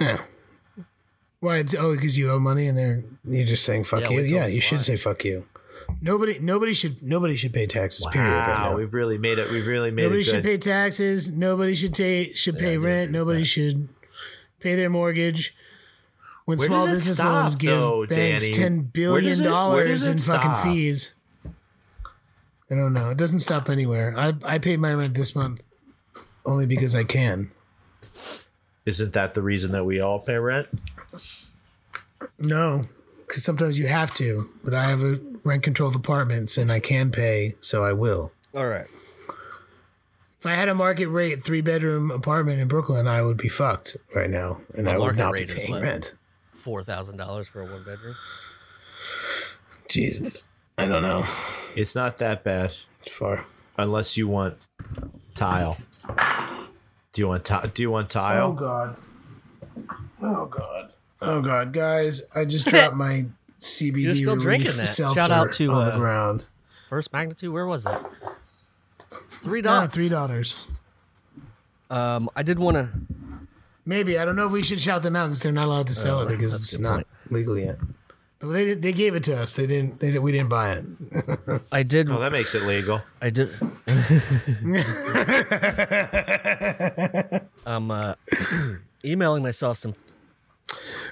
[SPEAKER 6] Yeah. Why? it's- Oh, because you owe money, and they're you're just saying fuck
[SPEAKER 4] Yeah, we
[SPEAKER 6] you.
[SPEAKER 4] told
[SPEAKER 6] Yeah,
[SPEAKER 4] you
[SPEAKER 6] you should
[SPEAKER 4] why.
[SPEAKER 6] say fuck you. Nobody, nobody should, nobody should pay taxes. Period. Right
[SPEAKER 5] Wow,
[SPEAKER 6] now.
[SPEAKER 5] we've really made it. We've really made
[SPEAKER 6] Nobody
[SPEAKER 5] it good.
[SPEAKER 6] should pay taxes. Nobody should ta- should
[SPEAKER 5] I
[SPEAKER 6] pay
[SPEAKER 5] do agree
[SPEAKER 6] rent.
[SPEAKER 5] with
[SPEAKER 6] Nobody
[SPEAKER 5] that.
[SPEAKER 6] should pay their mortgage. When
[SPEAKER 5] Where
[SPEAKER 6] small
[SPEAKER 5] does it
[SPEAKER 6] business
[SPEAKER 5] stop,
[SPEAKER 6] loans give
[SPEAKER 5] though,
[SPEAKER 6] banks
[SPEAKER 5] Danny?
[SPEAKER 6] ten
[SPEAKER 5] Where does
[SPEAKER 6] billion
[SPEAKER 5] it- where does
[SPEAKER 6] dollars
[SPEAKER 5] it
[SPEAKER 6] in
[SPEAKER 5] stop?
[SPEAKER 6] fucking fees, I don't know. It doesn't stop anywhere. I I paid my rent this month only because I can.
[SPEAKER 5] Isn't that the reason that we all pay rent?
[SPEAKER 6] No, because sometimes you have to. But I have a rent controlled apartments and I can pay, so I will.
[SPEAKER 4] All right.
[SPEAKER 6] If I had a market rate three bedroom apartment in Brooklyn, I would be fucked right now, and I would
[SPEAKER 4] market
[SPEAKER 6] not be
[SPEAKER 4] rate is
[SPEAKER 6] paying
[SPEAKER 4] what?
[SPEAKER 6] rent.
[SPEAKER 4] $4,000 for a one bedroom.
[SPEAKER 6] Jesus, I don't know.
[SPEAKER 5] It's not that bad,
[SPEAKER 6] It's far.
[SPEAKER 5] unless you want tile. Do you want tile? Do you want tile?
[SPEAKER 6] god. Oh god. Oh god, guys! I just dropped my CBD
[SPEAKER 4] You're still
[SPEAKER 6] relief
[SPEAKER 4] drinking that.
[SPEAKER 6] seltzer
[SPEAKER 4] Shout out to,
[SPEAKER 6] on
[SPEAKER 4] uh,
[SPEAKER 6] the ground.
[SPEAKER 4] First magnitude, where was that? Three
[SPEAKER 6] No,
[SPEAKER 4] dots.
[SPEAKER 6] Uh, three daughters.
[SPEAKER 4] Um, I did want to.
[SPEAKER 6] Maybe I don't know if we should shout them out because they're not
[SPEAKER 5] Uh,
[SPEAKER 6] allowed to sell it because it's not legal yet. But they did- they gave it to us. They didn't. They didn't- we didn't buy it.
[SPEAKER 4] I did.
[SPEAKER 5] Well, Oh, that makes it legal.
[SPEAKER 4] I did. I'm uh, emailing myself some.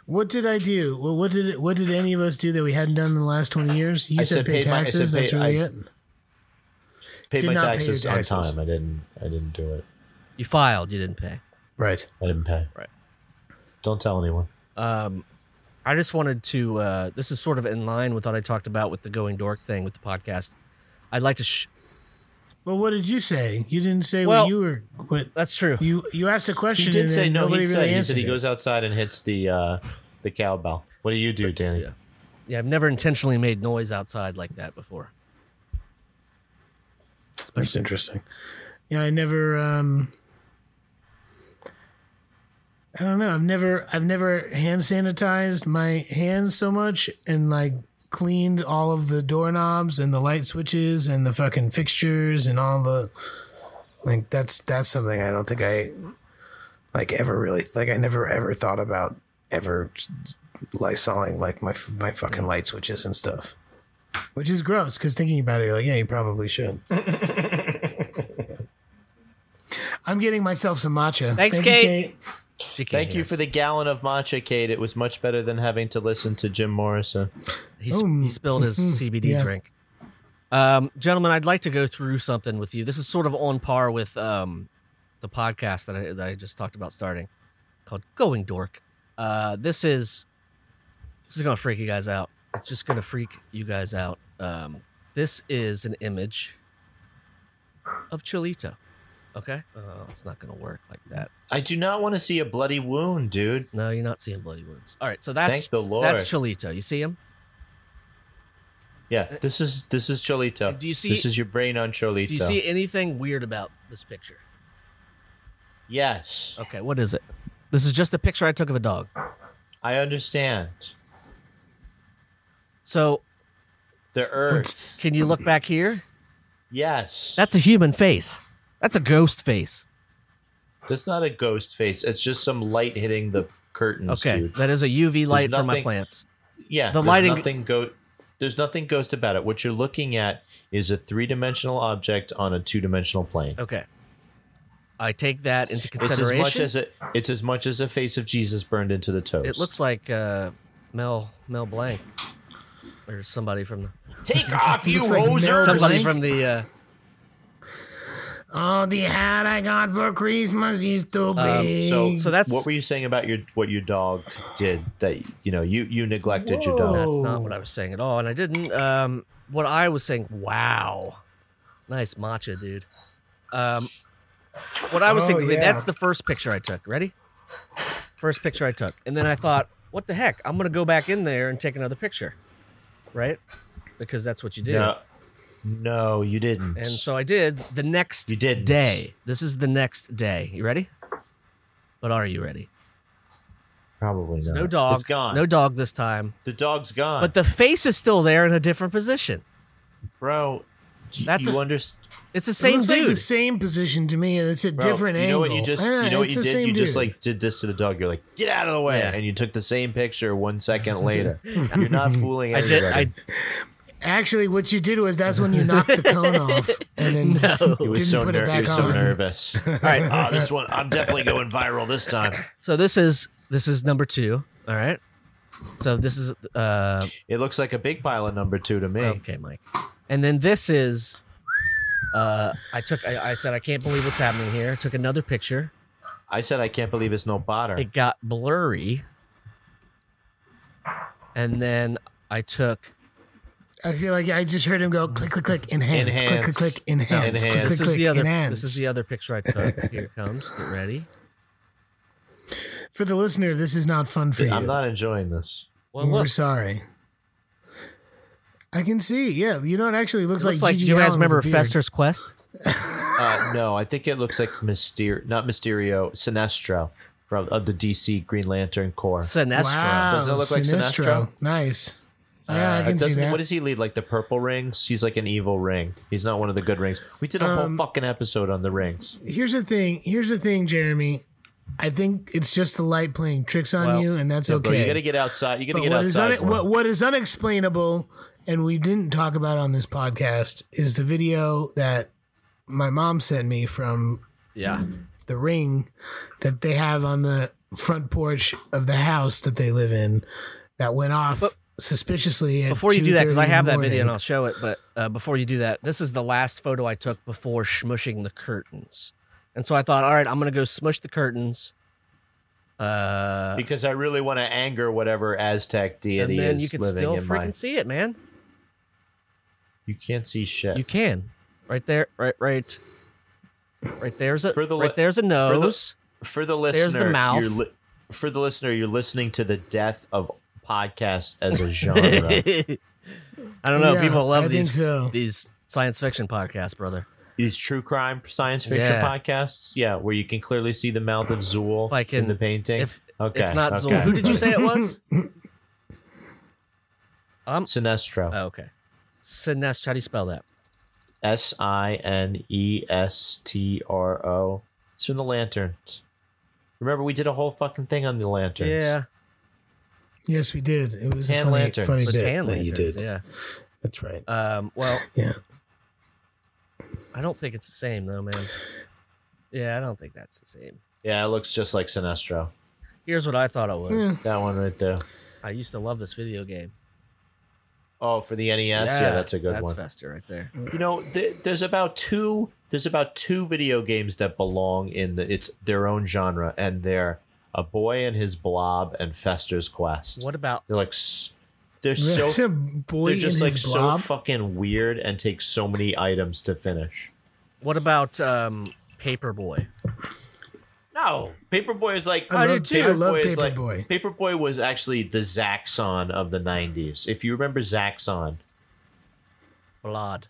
[SPEAKER 6] What did I do? Well, what did what did any of us do that we hadn't done in the last twenty years? You
[SPEAKER 5] I
[SPEAKER 6] said,
[SPEAKER 5] said
[SPEAKER 6] pay
[SPEAKER 5] paid my- I
[SPEAKER 6] taxes.
[SPEAKER 5] said
[SPEAKER 6] That's
[SPEAKER 5] paid-
[SPEAKER 6] really
[SPEAKER 5] I-
[SPEAKER 6] it.
[SPEAKER 5] Paid
[SPEAKER 6] Did
[SPEAKER 5] my
[SPEAKER 6] not pay your
[SPEAKER 5] taxes, on
[SPEAKER 6] taxes.
[SPEAKER 5] time. I didn't. I didn't do it.
[SPEAKER 4] You filed. You didn't pay.
[SPEAKER 6] Right.
[SPEAKER 5] I didn't pay.
[SPEAKER 4] Right.
[SPEAKER 5] Don't tell anyone.
[SPEAKER 4] I just wanted to. Uh, this is sort of in line with what I talked about with the going dork thing with the podcast. I'd like to. Sh-
[SPEAKER 6] Well, what did you say? You didn't say
[SPEAKER 4] Well-
[SPEAKER 6] what you were. What
[SPEAKER 4] That's true.
[SPEAKER 6] you you asked a question.
[SPEAKER 5] He did
[SPEAKER 6] and
[SPEAKER 5] say
[SPEAKER 6] then
[SPEAKER 5] no.
[SPEAKER 6] Nobody
[SPEAKER 5] He
[SPEAKER 6] really
[SPEAKER 5] said he
[SPEAKER 6] answered
[SPEAKER 5] said he
[SPEAKER 6] it.
[SPEAKER 5] goes outside and hits the uh, the cowbell. What do you do, Danny?
[SPEAKER 4] Yeah. Yeah, I've never intentionally made noise outside like that before.
[SPEAKER 6] That's interesting. Yeah, I never. um I don't know. I've never. I've never hand sanitized my hands so much, and like cleaned all of the doorknobs and the light switches and the fucking fixtures and all the. Like that's that's something I don't think I, like ever really like I never ever thought about ever lysoling like my my fucking light switches and stuff, which is gross because thinking about it, you're like yeah, you probably should. I'm getting myself some matcha.
[SPEAKER 4] Thanks,
[SPEAKER 6] Thank
[SPEAKER 4] Kate.
[SPEAKER 6] You, Kate.
[SPEAKER 4] She can't
[SPEAKER 5] Thank
[SPEAKER 4] hear
[SPEAKER 5] you
[SPEAKER 4] us.
[SPEAKER 5] for the gallon of matcha, Kate. It was much better than having to listen to Jim Morrison.
[SPEAKER 4] He,
[SPEAKER 5] Oh,
[SPEAKER 4] sp- he spilled his
[SPEAKER 5] mm-hmm.
[SPEAKER 4] CBD
[SPEAKER 6] yeah.
[SPEAKER 4] drink. Um, gentlemen, I'd like to go through something with you. This is sort of on par with um, the podcast that I, that I just talked about starting, called Going Dork. Uh, this is this is gonna freak you guys out. It's just gonna freak you guys out. Um, this is an image of Cholito. Okay, oh, it's not gonna work like that.
[SPEAKER 5] I do not want to see a bloody wound, dude.
[SPEAKER 4] No, you're not seeing bloody wounds. All right, so that's
[SPEAKER 5] Thank the Lord.
[SPEAKER 4] that's Cholito. You see him?
[SPEAKER 5] Yeah, this is this is Cholito.
[SPEAKER 4] Do you see-
[SPEAKER 5] This is your brain on Cholito.
[SPEAKER 4] Do you see anything weird about this picture?
[SPEAKER 5] Yes,
[SPEAKER 4] Okay, what is it? This is just a picture I took of a dog.
[SPEAKER 5] I understand.
[SPEAKER 4] So,
[SPEAKER 5] The earth.
[SPEAKER 4] can you look back here?
[SPEAKER 5] yes.
[SPEAKER 4] That's a human face. That's a ghost face.
[SPEAKER 5] That's not a ghost face. It's just some light hitting the curtains.
[SPEAKER 4] Okay,
[SPEAKER 5] Dude.
[SPEAKER 4] that is a UV light for my
[SPEAKER 5] nothing-
[SPEAKER 4] plants.
[SPEAKER 5] Yeah.
[SPEAKER 4] The
[SPEAKER 5] there's
[SPEAKER 4] lighting-
[SPEAKER 5] Nothing go- there's nothing ghost about it. What you're looking at is a three dimensional object on a two dimensional plane.
[SPEAKER 4] Okay. I take that into
[SPEAKER 5] It's as
[SPEAKER 4] consideration.
[SPEAKER 5] much as a, it's as much as a face of Jesus burned into the toast.
[SPEAKER 4] it looks like uh, Mel Mel Blanc or somebody from the
[SPEAKER 5] Take off, you
[SPEAKER 6] like
[SPEAKER 5] hoser!
[SPEAKER 6] Mel
[SPEAKER 4] somebody
[SPEAKER 6] Blanc?
[SPEAKER 4] from the uh,
[SPEAKER 6] Oh, the hat I got for Christmas is too big.
[SPEAKER 5] Um, so,
[SPEAKER 4] So that's-
[SPEAKER 5] what were you saying about your what your dog did that you know you you neglected your dog.
[SPEAKER 4] That's not
[SPEAKER 6] Oh.
[SPEAKER 4] what I was saying at all, and I didn't. Um, what I was saying, wow, nice matcha, dude. Um, what I was
[SPEAKER 6] Oh,
[SPEAKER 4] saying,
[SPEAKER 6] yeah.
[SPEAKER 4] that's the first picture I took. Ready? First picture I took, and then I thought, what the heck? I'm gonna go back in there and take another picture, right? Because that's what you do.
[SPEAKER 5] No, no, you didn't.
[SPEAKER 4] And so I did the next
[SPEAKER 5] You didn't.
[SPEAKER 4] day. This is the next day. You ready? But are you ready?
[SPEAKER 5] Probably not.
[SPEAKER 4] No dog.
[SPEAKER 5] It's gone.
[SPEAKER 4] No dog this time.
[SPEAKER 5] the dog's gone.
[SPEAKER 4] But the face is still there in a different position.
[SPEAKER 5] bro, y-
[SPEAKER 4] That's
[SPEAKER 5] you
[SPEAKER 4] a-
[SPEAKER 5] understand.
[SPEAKER 4] It's the
[SPEAKER 6] It
[SPEAKER 4] same
[SPEAKER 6] looks
[SPEAKER 4] dude.
[SPEAKER 6] like the same position to me, and it's a
[SPEAKER 5] Bro,
[SPEAKER 6] different
[SPEAKER 5] you know
[SPEAKER 6] angle.
[SPEAKER 5] what you just
[SPEAKER 6] Yeah,
[SPEAKER 5] you know what
[SPEAKER 6] it's
[SPEAKER 5] you
[SPEAKER 6] the
[SPEAKER 5] did
[SPEAKER 6] same
[SPEAKER 5] you just
[SPEAKER 6] dude.
[SPEAKER 5] like did this to the dog you're like get out of the way
[SPEAKER 4] Yeah.
[SPEAKER 5] and you took the same picture one second later you're not fooling
[SPEAKER 4] I did.
[SPEAKER 5] anybody
[SPEAKER 4] I
[SPEAKER 6] Actually, what you did was that's when you knocked the cone off, and then
[SPEAKER 5] he
[SPEAKER 6] didn't
[SPEAKER 5] was so
[SPEAKER 6] put
[SPEAKER 5] ner-
[SPEAKER 6] it
[SPEAKER 5] he
[SPEAKER 6] back
[SPEAKER 5] was so
[SPEAKER 6] on.
[SPEAKER 5] nervous all
[SPEAKER 4] right.
[SPEAKER 5] oh, this one I'm definitely going viral this time
[SPEAKER 4] So this is this is number two. All right. So this is uh
[SPEAKER 5] it looks like a big pile of number two to me
[SPEAKER 4] okay, Mike. And then this is uh I took I, I said I can't believe what's happening here. Took another picture.
[SPEAKER 5] I said I can't believe it's no butter
[SPEAKER 4] It got blurry. And then I took
[SPEAKER 6] I feel like I just heard him go click, click, click, enhance, click, click,
[SPEAKER 5] Enhance.
[SPEAKER 6] click, enhance, click, click,
[SPEAKER 5] Enhance.
[SPEAKER 4] this is
[SPEAKER 6] click,
[SPEAKER 4] the other
[SPEAKER 6] enhance.
[SPEAKER 4] this is the other picture I took. Here it comes. Get ready.
[SPEAKER 6] For the listener, this is not fun for you.
[SPEAKER 5] I'm not enjoying this
[SPEAKER 4] Well
[SPEAKER 6] We're
[SPEAKER 4] look
[SPEAKER 6] sorry. I can see. Yeah, you know, it actually looks
[SPEAKER 4] it looks
[SPEAKER 6] like
[SPEAKER 4] like
[SPEAKER 6] Gigi
[SPEAKER 4] you guys
[SPEAKER 6] Allen with a
[SPEAKER 4] remember
[SPEAKER 6] beard.
[SPEAKER 4] Fester's Quest?
[SPEAKER 5] uh, no I think it looks like Mysterio not Mysterio Sinestro from of the DC Green Lantern Corps
[SPEAKER 4] Sinestro.
[SPEAKER 6] Wow,
[SPEAKER 5] Doesn't it look like Sinestro?
[SPEAKER 6] Nice. Yeah, I
[SPEAKER 5] Uh,
[SPEAKER 6] can see
[SPEAKER 5] doesn't-
[SPEAKER 6] that.
[SPEAKER 5] What does he lead? Like the purple rings? He's like an evil ring. He's not one of the good rings. We did a
[SPEAKER 6] Um,
[SPEAKER 5] whole fucking episode on the rings.
[SPEAKER 6] Here's the thing. Here's the thing, Jeremy. I think it's just the light playing tricks on
[SPEAKER 4] Well,
[SPEAKER 6] you, and that's okay.
[SPEAKER 5] Bro, you gotta get outside. You gotta
[SPEAKER 6] But
[SPEAKER 5] get
[SPEAKER 6] what is
[SPEAKER 5] outside.
[SPEAKER 6] un-
[SPEAKER 5] more.
[SPEAKER 6] what, what is unexplainable and we didn't talk about on this podcast is the video that my mom sent me from
[SPEAKER 4] Yeah.
[SPEAKER 6] the ring that they have on the front porch of the house that they live in that went off suspiciously at
[SPEAKER 4] Before you do that, because I
[SPEAKER 6] 2:30 in
[SPEAKER 4] have
[SPEAKER 6] the
[SPEAKER 4] that video and
[SPEAKER 6] morning.
[SPEAKER 4] I'll show it, but uh, before you do that, this is the last photo I took before smushing the curtains. And so I thought, all right, I'm going to go smush the curtains. Uh,
[SPEAKER 5] because I really want to anger whatever Aztec deity
[SPEAKER 4] and then
[SPEAKER 5] is
[SPEAKER 4] you can
[SPEAKER 5] living
[SPEAKER 4] still
[SPEAKER 5] in
[SPEAKER 4] freaking
[SPEAKER 5] my.
[SPEAKER 4] see it, man.
[SPEAKER 5] You can't see shit.
[SPEAKER 4] You can. Right there, right, right. Right there's a
[SPEAKER 5] For the
[SPEAKER 4] right
[SPEAKER 5] li-
[SPEAKER 4] there's a
[SPEAKER 5] the-
[SPEAKER 4] nose.
[SPEAKER 5] for the
[SPEAKER 4] There's the
[SPEAKER 5] listener,
[SPEAKER 4] mouth.
[SPEAKER 5] You're li- for the listener, you're listening to the death of podcast as a genre.
[SPEAKER 4] I don't know.
[SPEAKER 6] Yeah,
[SPEAKER 4] people love
[SPEAKER 6] I think
[SPEAKER 4] these
[SPEAKER 6] so.
[SPEAKER 4] these science fiction podcasts, brother.
[SPEAKER 5] These true crime science fiction
[SPEAKER 4] Yeah.
[SPEAKER 5] podcasts, yeah, where you can clearly see the mouth of Zool
[SPEAKER 4] Like
[SPEAKER 5] in,
[SPEAKER 4] in-
[SPEAKER 5] the painting.
[SPEAKER 4] If
[SPEAKER 5] okay,
[SPEAKER 4] it's not Zool,
[SPEAKER 5] okay.
[SPEAKER 4] who did you say it was? um.
[SPEAKER 5] Sinestro.
[SPEAKER 4] Oh, okay. Sinestro. How do you spell that?
[SPEAKER 5] S I N E S T R O. It's from the lanterns. Remember, we did a whole fucking thing on the lanterns.
[SPEAKER 4] Yeah.
[SPEAKER 6] yes we did it was
[SPEAKER 5] Tan
[SPEAKER 6] a funny,
[SPEAKER 5] lanterns. Uh,
[SPEAKER 6] funny
[SPEAKER 5] The
[SPEAKER 6] bit
[SPEAKER 4] Tan
[SPEAKER 6] that you
[SPEAKER 4] lanterns,
[SPEAKER 6] did that's right
[SPEAKER 4] Yeah. Um. Well,
[SPEAKER 6] yeah
[SPEAKER 4] I don't think it's the same though, man. Yeah, I don't think that's the same.
[SPEAKER 5] Yeah, it looks just like Sinestro.
[SPEAKER 4] Here's what I thought it was.
[SPEAKER 6] Yeah.
[SPEAKER 5] That one right there.
[SPEAKER 4] I used to love this video game.
[SPEAKER 5] Oh, for the NES? Yeah, that's a good
[SPEAKER 4] that's
[SPEAKER 5] one.
[SPEAKER 4] Fester right there.
[SPEAKER 5] You know, th- there's about two there's about two video games that belong in the it's their own genre and they're A Boy and His Blob and Fester's Quest.
[SPEAKER 4] What about
[SPEAKER 5] They're like s- they're
[SPEAKER 6] That's
[SPEAKER 5] so
[SPEAKER 6] a boy
[SPEAKER 5] they're just
[SPEAKER 6] in
[SPEAKER 5] like
[SPEAKER 6] his
[SPEAKER 5] so
[SPEAKER 6] blob.
[SPEAKER 5] fucking weird and take so many items to finish.
[SPEAKER 4] what about um Paperboy?
[SPEAKER 5] No, Paperboy is like
[SPEAKER 6] I
[SPEAKER 5] do
[SPEAKER 6] love- I love
[SPEAKER 5] is like-
[SPEAKER 6] Paperboy.
[SPEAKER 5] Paperboy was actually the Zaxxon of the '90s. If you remember Zaxxon,
[SPEAKER 4] Blood.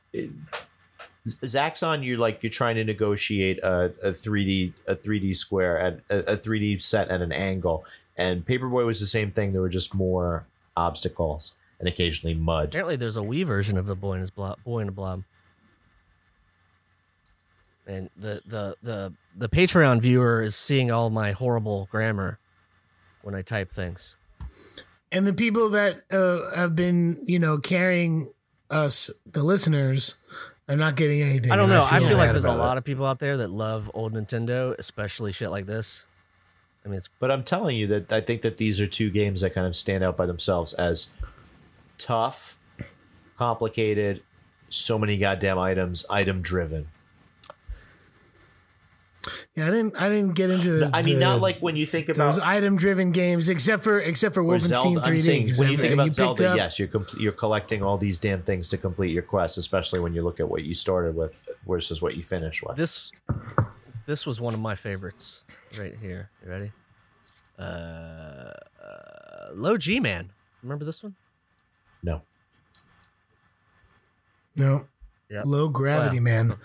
[SPEAKER 5] Zaxxon, you're like you're trying to negotiate a, a 3D a 3D square at a, a 3D set at an angle, and Paperboy was the same thing. There were just more obstacles and occasionally mud.
[SPEAKER 4] Apparently, there's a Wii version of the Boy in His Blob. Boy in a Blob. And the the the the Patreon viewer is seeing all my horrible grammar when I type things.
[SPEAKER 6] and the people that uh, have been you know carrying us the listeners are not getting anything
[SPEAKER 4] I don't
[SPEAKER 6] and
[SPEAKER 4] know. I feel like
[SPEAKER 6] bad
[SPEAKER 4] there's a
[SPEAKER 6] about it.
[SPEAKER 4] lot of people out there that love old Nintendo, especially shit like this. I mean, it's
[SPEAKER 5] But I'm telling you that I think that these are two games that kind of stand out by themselves as tough, complicated, so many goddamn items, item driven.
[SPEAKER 6] Yeah, I didn't. I didn't get into. The,
[SPEAKER 5] I mean, not
[SPEAKER 6] the-
[SPEAKER 5] like when you think about
[SPEAKER 6] those item-driven games, except for except for
[SPEAKER 5] or
[SPEAKER 6] Wolfenstein
[SPEAKER 5] Zelda. I'm
[SPEAKER 6] 3D.
[SPEAKER 5] saying,
[SPEAKER 6] 'cause
[SPEAKER 5] when you
[SPEAKER 6] if-
[SPEAKER 5] think
[SPEAKER 6] if
[SPEAKER 5] about
[SPEAKER 6] picked
[SPEAKER 5] Zelda,
[SPEAKER 6] up-
[SPEAKER 5] yes, you're com- you're collecting all these damn things to complete your quest, especially when you look at what you started with versus what you finished with.
[SPEAKER 4] this. This was one of my favorites right here. You ready? Uh, uh Low G Man. Remember this one?
[SPEAKER 5] no,
[SPEAKER 6] No,
[SPEAKER 4] Yep.
[SPEAKER 6] low gravity,
[SPEAKER 4] Wow.
[SPEAKER 6] man.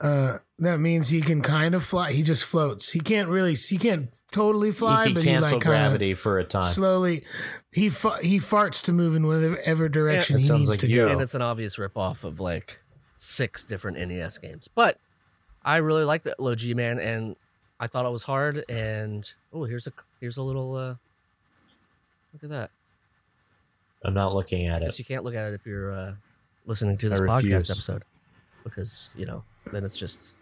[SPEAKER 6] Uh, that means he can kind of fly. He just floats. He can't really. He can't totally fly,
[SPEAKER 5] you can
[SPEAKER 6] but he
[SPEAKER 5] cancel
[SPEAKER 6] like kind
[SPEAKER 5] gravity for a
[SPEAKER 6] of
[SPEAKER 5] time.
[SPEAKER 6] slowly. He fa- he farts to move in whatever direction
[SPEAKER 5] That
[SPEAKER 6] he
[SPEAKER 5] sounds
[SPEAKER 6] needs
[SPEAKER 5] like
[SPEAKER 6] to
[SPEAKER 5] you.
[SPEAKER 6] go.
[SPEAKER 4] and it's an obvious ripoff of like six different NES games. But I really liked that Low G Man, and I thought it was hard. And oh, here's a here's a little uh, look at that.
[SPEAKER 5] I'm not looking at
[SPEAKER 4] I guess
[SPEAKER 5] it.
[SPEAKER 4] you can't look at it if you're uh, listening to this
[SPEAKER 5] refuse.
[SPEAKER 4] podcast episode because you know then it's just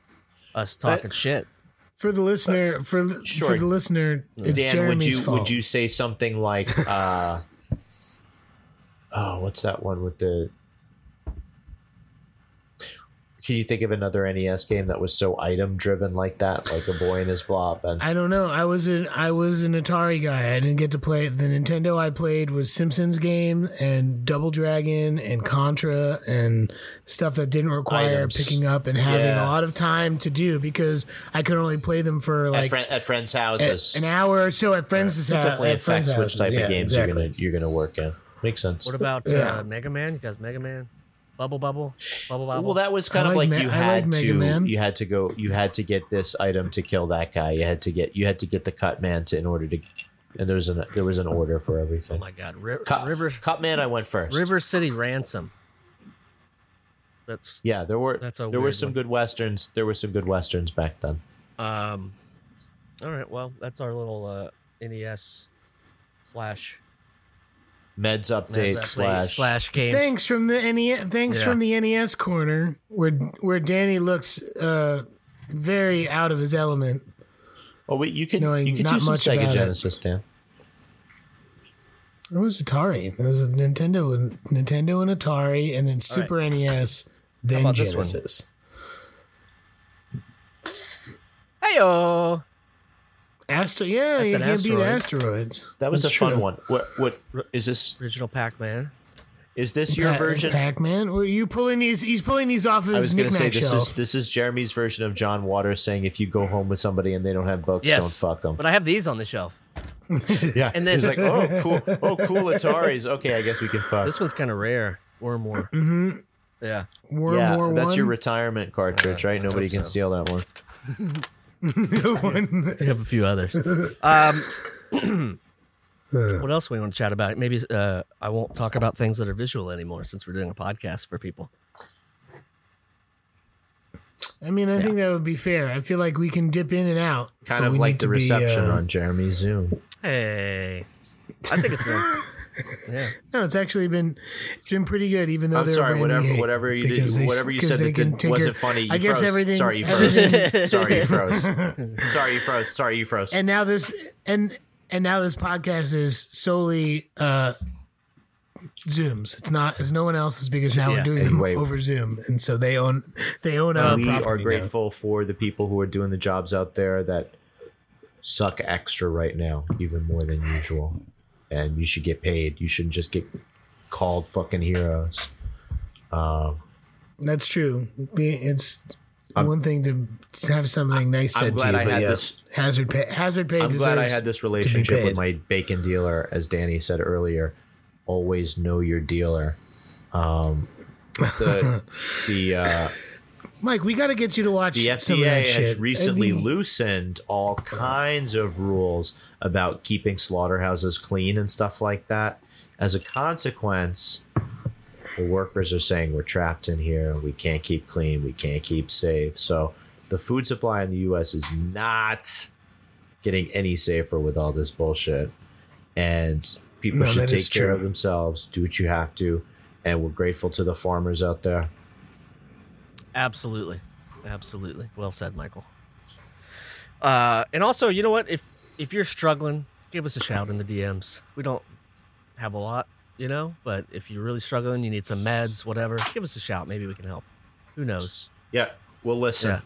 [SPEAKER 4] us talking shit.
[SPEAKER 6] For the listener, for the,
[SPEAKER 5] Sure.
[SPEAKER 6] for the listener, it's
[SPEAKER 5] Dan,
[SPEAKER 6] Jeremy's
[SPEAKER 5] would you
[SPEAKER 6] fault.
[SPEAKER 5] would you say something like, uh, oh, what's that one with the? Can you think of another NES game that was so item driven like that, like a boy in his blob? And
[SPEAKER 6] I don't know. I was an I was an Atari guy. I didn't get to play it. the Nintendo. I played was Simpsons game and Double Dragon and Contra and stuff that didn't require
[SPEAKER 5] Items.
[SPEAKER 6] picking up and having
[SPEAKER 5] Yeah.
[SPEAKER 6] a lot of time to do because I could only play them for
[SPEAKER 5] at,
[SPEAKER 6] like
[SPEAKER 5] friend, at friends'
[SPEAKER 6] a-
[SPEAKER 5] houses,
[SPEAKER 6] an hour or so at friends' house.
[SPEAKER 5] definitely
[SPEAKER 6] Uh, at friends'
[SPEAKER 5] affects which
[SPEAKER 6] houses.
[SPEAKER 5] type
[SPEAKER 6] Yeah,
[SPEAKER 5] of games
[SPEAKER 6] exactly.
[SPEAKER 5] you're gonna you're gonna work in. Makes sense.
[SPEAKER 4] What about
[SPEAKER 6] Yeah.
[SPEAKER 4] uh, Mega Man? You guys, Mega Man, Bubble Bubble, Bubble Bubble.
[SPEAKER 5] well, that was kind
[SPEAKER 6] I
[SPEAKER 5] of
[SPEAKER 6] like
[SPEAKER 5] like
[SPEAKER 6] Ma-
[SPEAKER 5] you
[SPEAKER 6] I
[SPEAKER 5] had
[SPEAKER 6] like Mega
[SPEAKER 5] to
[SPEAKER 6] Man.
[SPEAKER 5] you had to go you had to get this item to kill that guy. You had to get you had to get the cut man to in order to and there was an there was an order for everything.
[SPEAKER 4] Oh my God, Ri-
[SPEAKER 5] Cop,
[SPEAKER 4] River
[SPEAKER 5] Cop Man, I went first.
[SPEAKER 4] River City Ransom. That's
[SPEAKER 5] Yeah, there were
[SPEAKER 4] That's a
[SPEAKER 5] there were
[SPEAKER 4] weird
[SPEAKER 5] some
[SPEAKER 4] one.
[SPEAKER 5] good westerns. There were some good westerns back then.
[SPEAKER 4] um. All right, well, that's our little uh, NES slash E
[SPEAKER 5] Meds update
[SPEAKER 6] update
[SPEAKER 5] slash
[SPEAKER 4] slash game.
[SPEAKER 6] Thanks from the NES. Thanks
[SPEAKER 4] Yeah.
[SPEAKER 6] from the NES corner, where where Danny looks uh, very out of his element.
[SPEAKER 5] Oh wait, you could
[SPEAKER 6] Knowing
[SPEAKER 5] you could do
[SPEAKER 6] not
[SPEAKER 5] some
[SPEAKER 6] much
[SPEAKER 5] Sega
[SPEAKER 6] about it.
[SPEAKER 5] Genesis, Dan.
[SPEAKER 6] It was Atari. It was Nintendo and Nintendo and Atari, and then Super NES, then
[SPEAKER 4] about this one?
[SPEAKER 6] Genesis.
[SPEAKER 4] Heyo.
[SPEAKER 6] Astro, yeah,
[SPEAKER 4] That's
[SPEAKER 6] you
[SPEAKER 4] an
[SPEAKER 6] can't beat
[SPEAKER 4] asteroid.
[SPEAKER 6] asteroids.
[SPEAKER 5] That was
[SPEAKER 6] That's
[SPEAKER 5] a fun
[SPEAKER 6] true.
[SPEAKER 5] one. What what is this?
[SPEAKER 4] original Pac-Man.
[SPEAKER 5] Is this your
[SPEAKER 6] Pa-
[SPEAKER 5] version?
[SPEAKER 6] Pac-Man. Were you pulling these? He's pulling these off
[SPEAKER 5] I was
[SPEAKER 6] his
[SPEAKER 5] going to say
[SPEAKER 6] knickknack
[SPEAKER 5] this
[SPEAKER 6] shelf.
[SPEAKER 5] is this is Jeremy's version of John Waters saying if you go home with somebody and they don't have books,
[SPEAKER 4] Yes.
[SPEAKER 5] don't fuck them.
[SPEAKER 4] But I have these on the shelf.
[SPEAKER 5] yeah,
[SPEAKER 4] and
[SPEAKER 5] and
[SPEAKER 4] then-
[SPEAKER 5] then he's like, oh cool, oh cool Ataris. Okay, I guess we can fuck.
[SPEAKER 4] This one's kind of rare. Or more.
[SPEAKER 6] Mhm.
[SPEAKER 4] Yeah.
[SPEAKER 6] World
[SPEAKER 5] yeah,
[SPEAKER 6] War
[SPEAKER 5] that's
[SPEAKER 6] One.
[SPEAKER 5] your retirement cartridge,
[SPEAKER 4] Uh, I
[SPEAKER 5] right? Nobody
[SPEAKER 4] hope
[SPEAKER 5] can
[SPEAKER 4] so.
[SPEAKER 5] steal that one.
[SPEAKER 6] One-
[SPEAKER 4] I have a few others. Um, what else we want to chat about? Maybe uh, I won't talk about things that are visual anymore since we're doing a podcast for people.
[SPEAKER 6] I mean, I think that would be fair. I feel like we can dip in and out.
[SPEAKER 5] Kind
[SPEAKER 6] but
[SPEAKER 5] of
[SPEAKER 6] we
[SPEAKER 5] like the
[SPEAKER 6] need to be,
[SPEAKER 5] reception
[SPEAKER 6] uh,
[SPEAKER 5] on Jeremy's Zoom.
[SPEAKER 4] Hey, I think it's good. Yeah,
[SPEAKER 6] No, it's actually been it's been pretty good, even though
[SPEAKER 5] I'm
[SPEAKER 6] Oh, they're
[SPEAKER 5] sorry,
[SPEAKER 6] brand
[SPEAKER 5] whatever-
[SPEAKER 6] new,
[SPEAKER 5] whatever you did-
[SPEAKER 6] because they-
[SPEAKER 5] whatever you
[SPEAKER 6] because
[SPEAKER 5] said
[SPEAKER 6] they
[SPEAKER 5] that
[SPEAKER 6] can
[SPEAKER 5] didn't-
[SPEAKER 6] tinker-
[SPEAKER 5] wasn't funny, you
[SPEAKER 6] I guess
[SPEAKER 5] froze.
[SPEAKER 6] everything.
[SPEAKER 5] Sorry, you froze.
[SPEAKER 6] everything-
[SPEAKER 5] Sorry, you froze. Sorry, you froze. Sorry, you froze.
[SPEAKER 6] and now this and and now this podcast is solely uh Zooms. It's not it's no one else's because now
[SPEAKER 4] Yeah.
[SPEAKER 6] we're doing them
[SPEAKER 5] Anyway.
[SPEAKER 6] over Zoom, and so they own they own our
[SPEAKER 5] we
[SPEAKER 6] property.
[SPEAKER 5] are
[SPEAKER 6] now.
[SPEAKER 5] grateful for the people who are doing the jobs out there that suck extra right now, even more than usual. And you should get paid. You shouldn't just get called fucking heroes. Um,
[SPEAKER 6] That's true. We, it's one thing to have something nice
[SPEAKER 5] I'm
[SPEAKER 6] said
[SPEAKER 5] glad
[SPEAKER 6] to you,
[SPEAKER 5] I
[SPEAKER 6] but
[SPEAKER 5] had
[SPEAKER 6] yeah,
[SPEAKER 5] this-
[SPEAKER 6] hazard pay. Hazard pay.
[SPEAKER 5] I'm glad I had
[SPEAKER 6] deserves-
[SPEAKER 5] this relationship
[SPEAKER 6] paid.
[SPEAKER 5] with my bacon dealer, as Danny said earlier. Always know your dealer. Um, the the uh,
[SPEAKER 6] Mike, we got to get you to watch
[SPEAKER 5] The
[SPEAKER 6] some of
[SPEAKER 5] FDA
[SPEAKER 6] that
[SPEAKER 5] has
[SPEAKER 6] shit.
[SPEAKER 5] recently
[SPEAKER 6] I mean,
[SPEAKER 5] loosened all kinds of rules about keeping slaughterhouses clean and stuff like that. As a consequence, the workers are saying we're trapped in here, we can't keep clean, we can't keep safe. So the food supply in the US is not getting any safer with all this bullshit. And people
[SPEAKER 6] No,
[SPEAKER 5] should
[SPEAKER 6] that is
[SPEAKER 5] take care
[SPEAKER 6] true.
[SPEAKER 5] of themselves, do what you have to. And we're grateful to the farmers out there.
[SPEAKER 4] absolutely, absolutely. Well said, Michael. Uh, and also, you know what? If if you're struggling, give us a shout in the DMs. We don't have a lot, you know, but if you're really struggling, you need some meds, whatever, give us a shout. Maybe we can help. Who knows?
[SPEAKER 5] Yeah, we'll listen.
[SPEAKER 4] Yeah.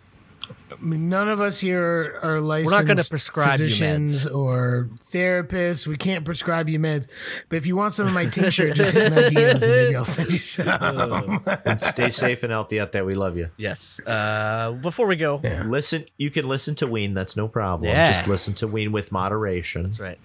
[SPEAKER 6] I mean, none of us here are, are licensed.
[SPEAKER 4] not gonna prescribe you
[SPEAKER 6] physicians or therapists. We can't prescribe you meds. But if you want some of my tincture, just hit my DMs and maybe I'll send you some.
[SPEAKER 5] And stay safe and healthy out there. We love you.
[SPEAKER 4] Yes. Uh, before we go,
[SPEAKER 5] Listen, you can listen to Ween. That's no problem.
[SPEAKER 4] Yeah.
[SPEAKER 5] Just listen to Ween with moderation.
[SPEAKER 4] That's right.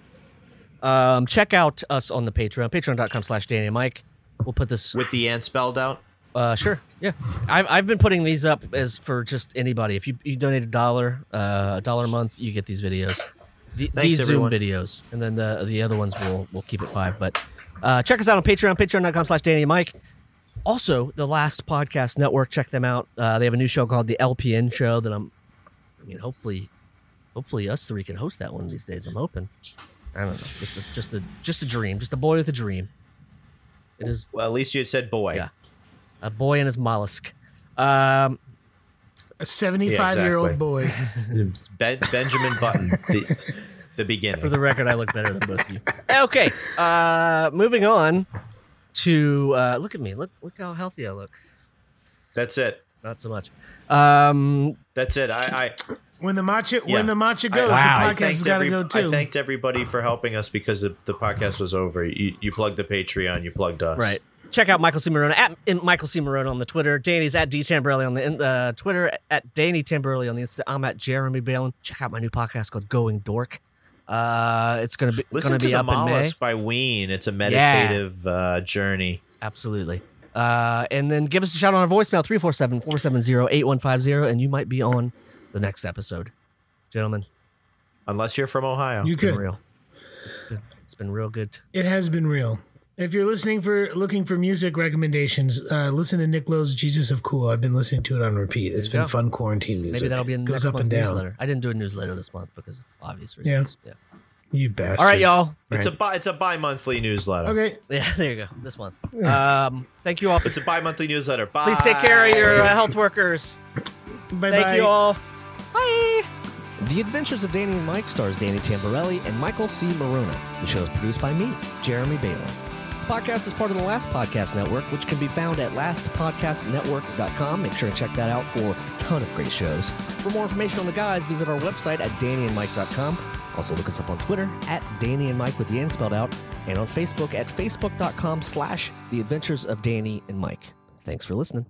[SPEAKER 4] Um, check out us on the Patreon, patreon.com slash Danny and Mike. We'll put this,
[SPEAKER 5] With the ant spelled out.
[SPEAKER 4] uh, sure. Yeah. I've, I've been putting these up as for just anybody. If you, you donate a dollar, uh, a dollar a month, you get these videos, the,
[SPEAKER 5] Thanks,
[SPEAKER 4] these
[SPEAKER 5] everyone.
[SPEAKER 4] Zoom videos. And then the, the other ones we'll, we'll keep at five, but, uh, check us out on Patreon, patreon.com slash Danny and Mike. Also the last podcast network, check them out. Uh, they have a new show called the LPN show that I'm, I mean, hopefully, hopefully us three can host that one of these days. I'm hoping. I don't know. Just a, just a just a dream. Just a boy with a dream. It is
[SPEAKER 5] Well, at least you said boy.
[SPEAKER 4] Yeah. a boy and his mollusk. Um,
[SPEAKER 6] A seventy-five-year-old
[SPEAKER 5] exactly.
[SPEAKER 6] boy.
[SPEAKER 5] It's ben- Benjamin Button. The, the beginning.
[SPEAKER 4] for the record, I look better than both of you. Okay. Uh, moving on to uh, look at me. Look look how healthy I look.
[SPEAKER 5] That's it.
[SPEAKER 4] Not so much. Um,
[SPEAKER 5] That's it. I, I
[SPEAKER 6] When the matcha,
[SPEAKER 5] Yeah.
[SPEAKER 6] when the matcha
[SPEAKER 5] I,
[SPEAKER 6] goes,
[SPEAKER 5] I
[SPEAKER 6] the podcast has
[SPEAKER 5] thanked
[SPEAKER 6] got to
[SPEAKER 5] every-
[SPEAKER 6] go
[SPEAKER 5] I
[SPEAKER 6] too.
[SPEAKER 5] thanked everybody for helping us because the, the podcast was over. You, you plugged the Patreon. You plugged us.
[SPEAKER 4] Right. Check out Michael C. Marone at in Michael C. Marone on the Twitter. Danny's at D. Tamburelli on the in- uh, Twitter, at Danny Tamburelli on the Insta. I'm at Jeremy Balin. Check out my new podcast called Going Dork. Uh, it's going to be
[SPEAKER 5] Listen
[SPEAKER 4] gonna
[SPEAKER 5] to
[SPEAKER 4] be
[SPEAKER 5] the
[SPEAKER 4] up in May.
[SPEAKER 5] Mollusk by Ween. It's a meditative uh, journey.
[SPEAKER 4] Absolutely. Uh, and then give us a shout on our voicemail 347 470 8150, and you might be on the next episode. Gentlemen,
[SPEAKER 5] Unless you're from Ohio.
[SPEAKER 6] you
[SPEAKER 4] it's been
[SPEAKER 6] could.
[SPEAKER 4] real.
[SPEAKER 7] been, it's been real good.
[SPEAKER 6] It has been real. If you're listening for looking for music recommendations, uh, listen to Nick Lowe's "Jesus of Cool." I've been listening to it on repeat. It's been
[SPEAKER 7] go.
[SPEAKER 6] fun quarantine music.
[SPEAKER 7] Maybe that'll be in next
[SPEAKER 6] Goes up
[SPEAKER 7] month's
[SPEAKER 6] and down.
[SPEAKER 7] newsletter. I didn't do a newsletter this month because of obvious
[SPEAKER 6] Yeah.
[SPEAKER 7] reasons. Yeah.
[SPEAKER 6] You bastard.
[SPEAKER 7] All right, y'all.
[SPEAKER 5] It's a bi- it's a bi-monthly newsletter.
[SPEAKER 6] Okay.
[SPEAKER 7] Yeah, there you go. This month. Um, thank you all. For,
[SPEAKER 5] It's a bi-monthly newsletter. Bye.
[SPEAKER 7] please take care of your uh, health workers.
[SPEAKER 6] Bye
[SPEAKER 7] Thank
[SPEAKER 6] bye.
[SPEAKER 7] you all. Bye.
[SPEAKER 4] The Adventures of Danny and Mike stars Danny Tamborelli and Michael C. Marona. The show is produced by me, Jeremy Baylor. This podcast is part of the Last Podcast Network, which can be found at lastpodcastnetwork.com. Make sure to check that out for a ton of great shows. For more information on the guys, visit our website at dannyandmike.com. Also look us up on Twitter at Danny and Mike with the N spelled out, and on Facebook at facebook.com slash The Adventures of Danny and Mike. Thanks for listening.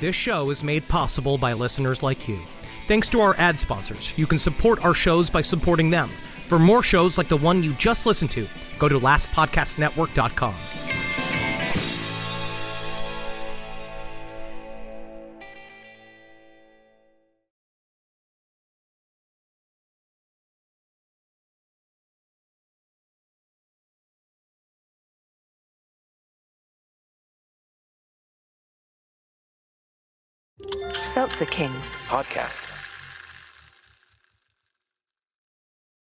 [SPEAKER 2] This show is made possible by listeners like you. Thanks to our ad sponsors, you can support our shows by supporting them. For more shows like the one you just listened to, go to lastpodcastnetwork.com.
[SPEAKER 8] Seltzer Kings.
[SPEAKER 1] podcasts.